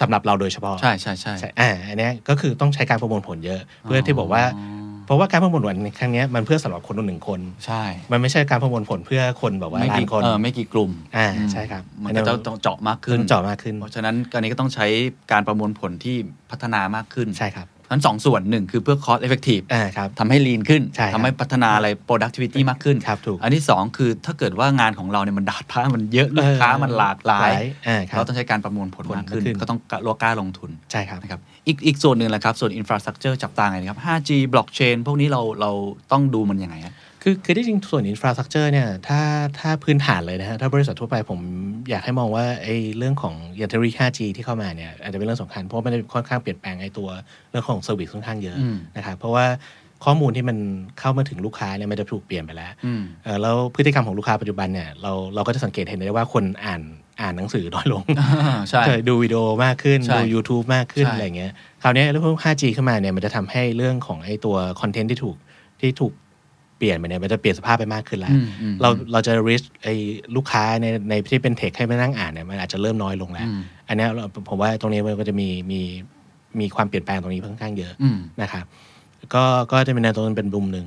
S5: สำหรับเราโดยเฉพาะ
S3: ใช่ใช่ใช่
S5: ใช่อ่าอันเนี้ยก็คือต้องใช้การประมวลผลเยอะ เพื่อที่บอกว่า เพราะว่าการประมวลผลในครั้งเนี้ยมันเพื่อสำหรับคนหนึ่งคน
S3: ใช่
S5: มันไม่ใช่การประมวลผลเพื่อคนแบบว่า
S3: ไม่
S5: ล้า
S3: กี่
S5: นคน
S3: เออไม่กี่กลุ่ม
S5: อ่า
S3: อืม
S5: ใช่ครับ
S3: มันก็จะต้องเจาะมาก
S5: ขึ้
S3: ขึ้
S5: น
S3: น
S5: เจาะมากขึ้น
S3: เพราะฉะนั้นการนี้ก็ต้องใช้การประมวลผลที่พัฒนามากขึ้น
S5: ใช่ครับ
S3: ทั้นสองส่วนหนึ่งคือเพื่อ cost effective
S5: อ่าครับ
S3: ทำให้ lean ขึ้น
S5: ใช่ครับ
S3: ทำให้พัฒนาอะไร productivity มากขึ้น
S5: ครับถูก
S3: อันที่สองคือถ้าเกิดว่างานของเราเนี่ยมันดาดพ้ามันเยอะลูกค้ามันหลากหลาย
S5: หลายอ่าครับ
S3: เราต้องใช้การประมวลผลมากขึ้น
S5: ผลมากขึ้น
S3: ก็ต้องลดกล้าลงทุน
S5: ใช่ครับ
S3: นะครับอีกอีกส่วนหนึ่งแหละครับ ส่วน infrastructure จับตาไงนะครับ 5G blockchain พวกนี้เราเราต้องดูมันยังไงครับ
S5: คือคือที่จริงส่วนอินฟราสตรักเจอร์เนี่ยถ้าถ้าพื้นฐานเลยนะฮะถ้าบริษัททั่วไปผมอยากให้มองว่าไอ้เรื่องของยาเทอรี่ 5G ที่เข้ามาเนี่ยอาจจะเป็นเรื่องสำคัญ เพราะมันค่อนข้างเปลี่ยนแปลงไอ้ตัวเรื่องของเซอร์วิสค่อนข้างเยอะ
S3: อืม
S5: นะครับเพราะว่าข้อมูลที่มันเข้ามาถึงลูกค้าเนี่ยมันจะถูกเปลี่ยนไปแล้ว
S3: อืม
S5: เอ่อแล้วพฤติกรรมของลูกค้าปัจจุบันเนี่ยเราเราก็จะสังเกตเห็นได้ว่าคนอ่านอ่านหนังสือน้อยลง
S3: ใช่
S5: เคยดูวิดีโอมากขึ้น
S3: ใช่
S5: ดู YouTube มากขึ้น
S3: ใช่
S5: อะไรเงี้ยคราวเนี้ยเรื่อง 5G ขึ้นมาเนี่ยมันจะทำให้เรื่องของไอ้ตัวคอนเทนต์ที่ถูกที่ถูกเปลี่ยนไปเนี่ยมันจะเปลี่ยนสภาพไปมากขึ้นแล้ว
S3: อืมอืม
S5: เราเราจะ reach ไอ้ลูกค้าในในที่เป็นเทคให้มานั่งอ่านเนี่ยมันอาจจะเริ่มน้อยลงแล้ว
S3: อืม
S5: อันเนี้ยเราผมว่าตรงนี้มันก็จะมีมี มีความเปลี่ยนแปลงตรงนี้ค่อนข้างเยอะ
S3: อืม
S5: นะครับก็ก็จะเป็นแนวตรงเป็นบุมหนึ่ง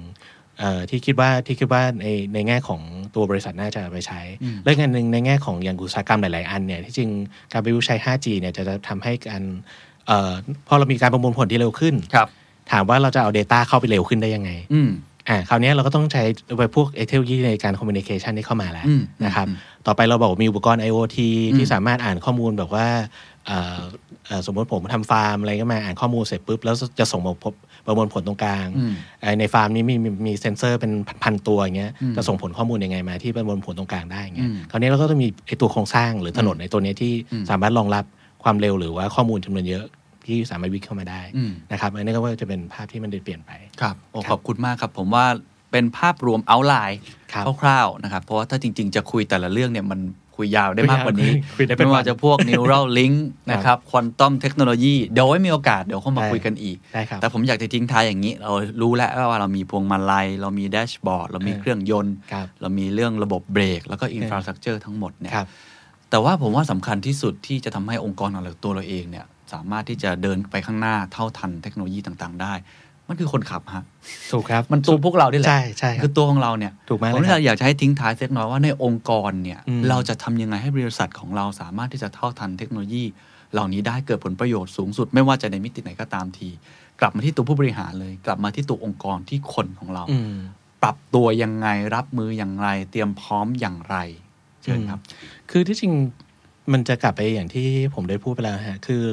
S5: เอ่อที่คิดว่าที่คิดว่าในในแง่ของตัวบริษัทน่าจะเอาไปใช้
S3: อืม
S5: เรื่องอันหนึ่งในแง่ของอย่างอุตสาหกรรมหลาย ๆ อันเนี่ยที่จริงการประยุกต์ใช้ 5G เนี่ยจะทำให้การเอ่อพอเรามีการประมวลผลที่เร็วขึ้น
S3: ครับ
S5: ถามว่าเราจะเอา Data เข้าไปเร็วขึ้นได้ยังไง
S3: อืม
S5: อ่าคราวเนี้ยเราก็ต้องใช้ไปพวกเทคโนโลยีในการคอมมิวนิเคชันที่เข้ามาแล้ว
S3: อืม
S5: นะครับ
S3: อืม
S5: ต่อไปเราบอกว่ามีอุปกรณ์ IoT
S3: อืม
S5: ที่สามารถอ่านข้อมูลแบบว่าเอ่อเอ่อสมมติผมทำฟาร์มอะไรก็มาอ่านข้อมูลเสร็จปุ๊บแล้วจะส่งมาพบประมวลผลตรงกลาง
S3: อืม
S5: ไอ้ในฟาร์มนี้มีมีมีเซนเซอร์เป็นพันๆตัวอย่างเงี้ย
S3: อืม
S5: จะส่งผลข้อมูลยังไงมาที่ประมวลผลตรงกลางได้อย่างเงี้ย
S3: อืม
S5: คราวนี้เราก็ต้องมีไอ้ตัวโครงสร้างหรือถนนในตัวเนี้ยที่
S3: อืม
S5: สามารถรองรับความเร็วหรือว่าข้อมูลจำนวนเยอะที่สามารถวิ่งเข้ามาได้
S3: อืม
S5: นะครับอันนี้ก็ว่าจะเป็นภาพที่มันเปลี่ยนไป
S3: ครับโอ้
S5: ครับ
S3: ขอบคุณมากครับ ผมว่าเป็นภาพรวมเอาไลน์
S5: ครับ
S3: คร่าวๆนะครับ เพราะว่าถ้าจริง ๆ จะคุยแต่ละเรื่องเนี่ยมันคุยยาวได้มากกว่านี้
S5: คุยได้เป็น
S3: ไม่ว่า
S5: วัน
S3: จะพวก neural link นะครับ quantum technology เดี๋ยวไว้มีโอกาสเดี๋ยวเข้ามา
S5: ได้
S3: คุยกันอีก
S5: ได้ครับ
S3: แต่ผมอยากจะทิ้งท้ายอย่างนี้ เรารู้แล้วว่าเรามีพวงมาลัย เรามีแดชบอร์ด เรามี
S5: เออ
S3: เครื่องยนต์
S5: ครับ
S3: เรามีเรื่องระบบเบรก แล้วก็อินฟราสตรักเจอร์ทั้งหมดเนี่ย
S5: ครับ
S3: แต่ว่าผมว่าสำคัญที่สุดที่จะทำให้องค์กรของเราตัวเราเองเนี่ยสามารถที่จะเดินไปข้างหน้าเท่าทันเทคโนโลยีต่างๆ ได้ มันคือคนขับฮะ
S5: ถูกครับ
S3: มันตัวพวกเราได้แหละ
S5: ใช่ใช่ครั
S3: คื
S5: บ
S3: อตัวของเราเนี่ย
S5: ถูกไหม
S3: ผม
S5: เลยครับ
S3: อยากจะให้ทิ้งท้ายเล็กน้อยว่าในองค์กรเนี่ย
S5: อืม
S3: เราจะทำยังไงให้บริษัทของเราสามารถที่จะเท่าทันเทคโนโลยี เหล่านี้ได้เกิดผลประโยชน์สูงสุด ไม่ว่าจะในมิติไหนก็ตามที กลับมาที่ตัวผู้บริหารเลย กลับมาที่ตัวองค์กรที่คนของเรา
S5: อืม
S3: ปรับตัวยังไงรับมืออย่างไร เตรียมพร้อมอย่างไรเชิญครับ
S5: คือที่จริงมันจะกลับไปอย่างที่ผมได้พูดไปแล้วฮะคือ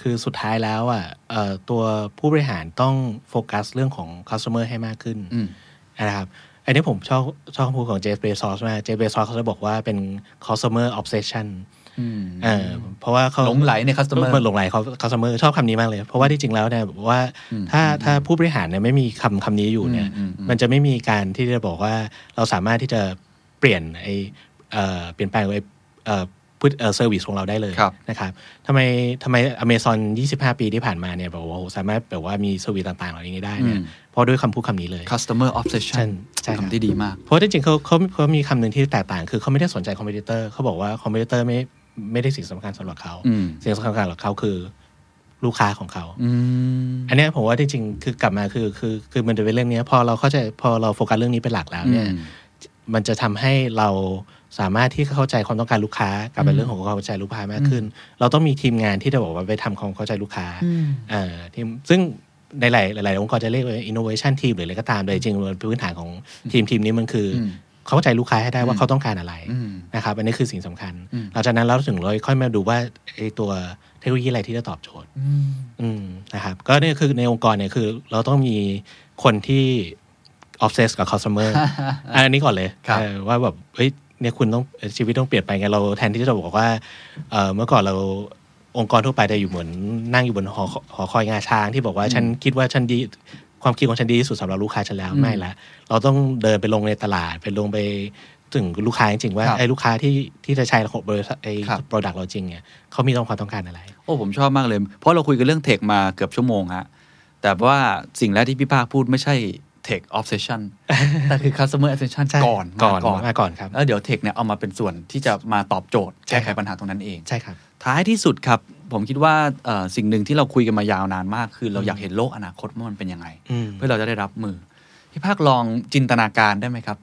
S5: คือสุดท้ายแล้วอ่ะเอ่อตัวผู้บริหารต้องโฟกัสเรื่องของ customer ให้มากขึ้น
S3: อืม
S5: นะครับอันนี้ผมชอบชอบคำพูดของเจฟเบซอสมากเจฟเบซอสเขาจะบอกว่าเป็น customer obsession
S3: อืม
S5: เออเพราะว่าเขา
S3: หลงไหลใน customer
S5: มันหลงไหลเขาคัสเตอร์ชอบคำนี้มากเลย เพราะว่าที่จริงแล้วเนี่ยบอกว่า
S3: อืม
S5: ถ้าถ้าผู้บริหารเนี่ยไม่มีคำคำนี้อยู่เนี่ย
S3: อืมอืม
S5: มันจะไม่มีการที่จะบอกว่าเราสามารถที่จะเปลี่ยนไอเอ่อเปลี่ยนแปลงไอเอ่อพุทเอ่อเซอร์วิสของเราได้เลย
S3: ครับ
S5: นะครับทำไมทำไมอเมซอน25 ปีที่ผ่านมาเนี่ยบอกว่าโอ้โหสามารถแบบว่ามีเซอร์วิสต่างๆเหล่านี้ได้เนี่ยเพราะด้วยคำพูดคำนี้เลย
S3: customer
S5: ใช่
S3: obsession
S5: ใช่ครับ
S3: คำที่ดีมาก
S5: เพราะที่จริงเขาเขาเขามีคำหนึ่งที่แตกต่าง คือเขาไม่ได้สนใจคอมเพลเตอร์เขาบอกว่าคอมเพลเตอร์ไม่ไม่ได้สิ่งสำคัญสำหรับเขา
S3: อืม
S5: สิ่งสำคัญของเขาคือลูกค้าของเขา
S3: อืม
S5: อันเนี้ยผมว่าที่จริงคือกลับมาคือคือคือมันจะเป็นเรื่องเนี้ยพอเราเข้าใจพอเราโฟกัสเรื่องนี้เป็นหลักแล้วเนี่ย
S3: อืม
S5: มันจะทำให้เราสามารถที่เข้าใจความต้องการลูกค้ากลับเป็
S3: อื
S5: น
S3: ม
S5: เรื่องของความเข้าใจลูกค้ามากขึ้น เราต้องมีทีมงานที่จะบอกว่าไปทำความเข้าใจลูกค้า
S3: อืม
S5: เอ่อทีมซึ่งในหลายหลาย ๆ องค์กรจะเรียกว่า innovation team หรืออะไรก็ตามแต่จริงๆมันเป็นพื้นฐานของทีมทีมนี้มันคืออ
S3: ม
S5: เข้าใจลูกค้าให้ได้ว่าเขาต้องการอะไร
S3: อืม
S5: นะครับอันนี้คือสิ่งสำคัญ
S3: อืม
S5: หลังจากนั้นเราถึงเราค่อยมาดูว่าไอ้ตัวเทคโนโลยีอะไรที่จะตอบโจทย์
S3: อืม
S5: อืมนะครับก็นี่คือในองค์กรเนี่ยคือเราต้องมีคนที่ obsess กับ customer อะอันนี้ก่อนเลย
S3: ครับ
S5: เออว่าแบบเฮ้ยเนี่ยคุณต้องเอ่อชีวิตต้องเปลี่ยนไปไงเราแทนที่จะบอกว่าเอ่อเมื่อก่อนเราองค์กรทั่วไปจะอยู่เหมือนนั่งอยู่บนหอหอคอยงาช้างที่บอกว่าฉันคิดว่าฉันดีความคิดของฉันดีที่สุดสำหรับลูกค้าฉันแล้ว
S3: อืม
S5: ไม่ละเราต้องเดินไปลงในตลาด ไปลงไปถึงลูกค้าจริงๆว่า
S3: ครับ
S5: ไอ้ลูกค้าที่ที่จะใช้ของบริษัทไอ้
S3: ครับ
S5: โปรดักต์เราจริงเนี่ยเขามีความต้องการอะไร
S3: โอ้ผมชอบมากเลย เพราะเราคุยกันเรื่องเทคมาเกือบชั่วโมงฮะ แต่ว่าสิ่งแรกที่พี่ภาคพูดไม่ใช่เทค obsession แต่คือ customer obsession
S5: ใช่
S3: ก่อน
S5: ก่อน
S3: มา
S5: มาก่อนครับ
S3: แล้วเดี๋ยวเทคเนี่ยเอามาเป็นส่วนที่จะมาตอบโจทย์
S5: ใช่
S3: แก้
S5: ครับ
S3: ไขปัญหาตรงนั้นเอง
S5: ใช่ครับ
S3: ท้ายที่สุดครับ ผมคิดว่าเอ่อสิ่งหนึ่งที่เราคุยกันมายาวนานมาก คือเราอยากเห็นโลกอนาคตว่ามันเป็นยังไง
S5: อืม
S3: เพื่อเราจะได้รับมือ พี่ภาคลองจินตนาการได้ไหมครับ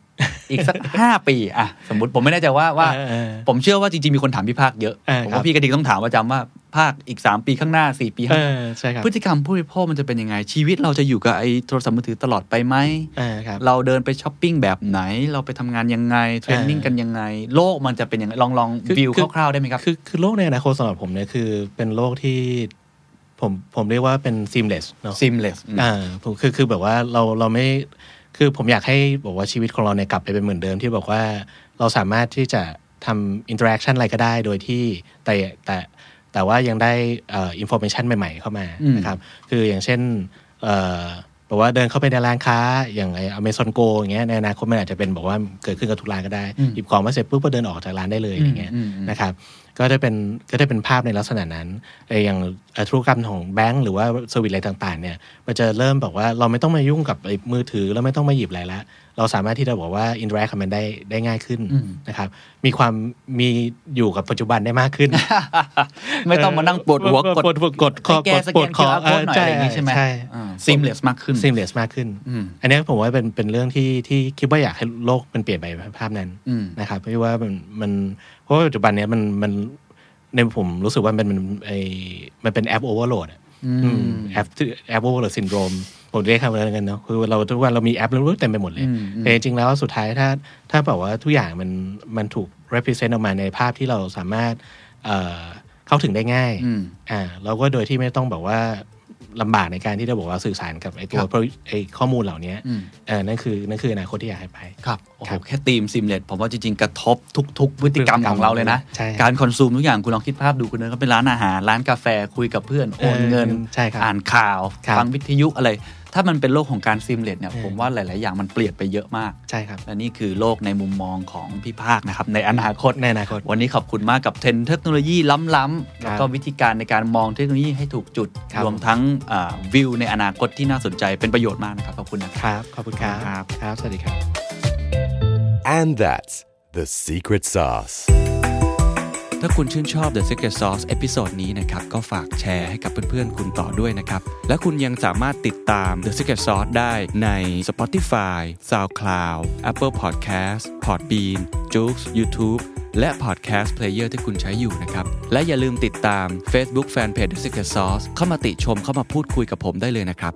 S3: อีกสัก ห้าปีอะสมมติผมไม่แน่ใจว่าว่า
S5: เออเออ
S3: ผมเชื่อว่าจริง ๆ มีคนถามพี่ภาคเยอะ
S5: เออ
S3: ผม
S5: ครั
S3: ว่า
S5: บ
S3: พี่กระดิกต้องถามประจำว่าภาคอีก 3 ปีข้างหน้า 4 ปี
S5: เอ
S3: ข้างหน้า
S5: อใช่ครับ
S3: พฤติกรรมผู้บริโภคมันจะเป็นยังไง ชีวิตเราจะอยู่กับไอ้โทรศัพท์มือถือตลอดไปไหม
S5: เออครับ
S3: เราเดินไปช้อปปิ้งแบบไหน เราไปทำงานยังไง เทรนนิ่ง
S5: เออ
S3: กันยังไง โลกมันจะเป็นยังไง ลองลอง
S5: คือ
S3: วิว
S5: คือ
S3: คร่าวๆได้ไหมครับ
S5: คือคือโลกในอนาคตสำหรับผมเนี่ยคือเป็นโลกที่ผมผมเรียกว่าเป็น seamless เนาะ
S3: seamless อืม
S5: อ่าผมคือคือแบบว่าเราเราไม่คือผมอยากให้บอกว่าชีวิตของเราเนี่ยกลับไปเป็นเหมือนเดิมที่บอกว่าเราสามารถที่จะทำอินเตอร์แอคชั่นอะไรก็ได้โดยที่แต่แต่แต่ว่ายังได้เอ่อินโฟเมชันใหม่ๆเข้ามา
S3: อืม
S5: นะครับ คืออย่างเช่นเอ่อบอกว่าเดินเข้าไปในร้านค้าอย่างไออเมซอนโกอย่างเงี้ยในอนาคตมันอาจจะเป็นบอกว่าเกิดขึ้นกับทุกร้านก็ได้หยิบของมาเสร็จปุ๊บก็เดินออกจากร้านได้เลยอย่างเงี้ย
S3: อืมอืม
S5: นะครับ ก็ได้เป็นก็ได้เป็นภาพในลักษณะนั้นเอ่ออย่างเอ่อธุรกรรมของแบงก์หรือว่าเซอร์วิสอะไรต่างๆเนี่ยมันจะเริ่มบอกว่าเราไม่ต้องมายุ่งกับไอ้มือถือแล้วไม่ต้องมาหยิบอะไรละเราสามารถที่จะบอกว่าอินเทอร์แอคกับมันได้ได้ง่ายขึ้น
S3: อืม
S5: นะครับมีความมีอยู่กับปัจจุบันได้มากขึ้น
S3: ไม่ต้องมานั่งปวดหัวกด
S5: ปวดหัวกดคอ
S3: ให้แกส
S5: ป
S3: แก
S5: วด
S3: นค
S5: คอ
S3: อร์โค้ดหน่อยอะไรอย่างงี้ใช่ไหม
S5: ใช่
S3: ซิมเลสมากขึ้น
S5: ซิมเลสมากขึ้น
S3: อืม
S5: อันนี้ผมว่าเป็นเป็นเรื่องที่ที่คิดว่าอยากให้โลกมันเปลี่ยนไปภาพนั้น
S3: อืม
S5: นะครับเพราะว่ามันมันเพราะว่าปัจจุบันเนี้ยมันมันในผมรู้สึกว่ามันเป็นไอมันเป็นแอปโอเวอร์โหลดแอปที่แอปโอเวอร์โหลดซินโดรมผมเรียกคำนั้นกันเนาะคือเราทุกวันเรามีแอปเรื่อยๆเต็มไปหมดเลย
S3: อืมอืม
S5: แต่จริงๆแล้วสุดท้ายถ้าถ้าแบบว่าทุกอย่างมันมันถูก represent ออกมาในภาพที่เราสามารถเอ่อเข้าถึงได้ง่าย
S3: อืม
S5: อ่าเราก็โดยที่ไม่ต้องแบบว่าลำบากในการที่จะบอกว่าสื่อสารกับไอ้ตั
S3: ค
S5: ว
S3: รับ
S5: ไอ้ข้อมูลเหล่านี้
S3: อืม
S5: เออนั่นคือนั่นคืออนาคตที่อยากให้ไป
S3: ครับโอ้โห
S5: ครับ
S3: แค่ธีมซิมเลตผมว่าจริง ๆ กระทบทุก ๆ พฤติกรรมของเราเลยนะ
S5: ใช่
S3: การคอนซูมทุกอย่างคุณลองคิดภาพดูคุณเดินเข้าไปร้านอาหาร ร้านกาแฟคุยกับเพื่อนโอนเงิน
S5: เออใช่ครับ
S3: อ่านข่าว
S5: ครับ
S3: ฟังวิทยุอะไร ถ้ามันเป็นโลกของการซิมเลตเนี่ย
S5: เออ
S3: ผมว่าหลาย ๆ อย่างมันเปลี่ยนไปเยอะมาก
S5: ใช่ครับ
S3: และนี่คือโลกในมุมมองของพี่ภาคนะครับ ในอนาคต
S5: ในอนาคต
S3: วันนี้ขอบคุณมากกับเทรนด์เทคโนโลยีล้ำๆแล้วก็วิธีการในการมองเทคโนโลยีให้ถูกจุด
S5: ครับ
S3: วมทั้งอ่าวิวในอนาคตที่น่าสนใจเป็นประโยชน์มากนะครับขอบคุณนะครับ
S5: ครับ ขอบคุณครับ
S3: ครับ
S5: ครับ สวัสดีครับ
S1: And that's the secret sauce.
S3: ถ้าคุณชื่นชอบ The Secret Sauce เอพิโซดนี้นะครับ ก็ฝากแชร์ให้กับเพื่อนๆ คุณต่อด้วยนะครับ และคุณยังสามารถติดตาม The Secret Sauce ได้ใน Spotify, SoundCloud, Apple Podcast, Podbean, j o o x YouTube และ Podcast Player ที่คุณใช้อยู่นะครับ และอย่าลืมติดตาม Facebook Fanpage The Secret Sauce เข้ามาติชมเข้ามาพูดคุยกับผมได้เลยนะครับ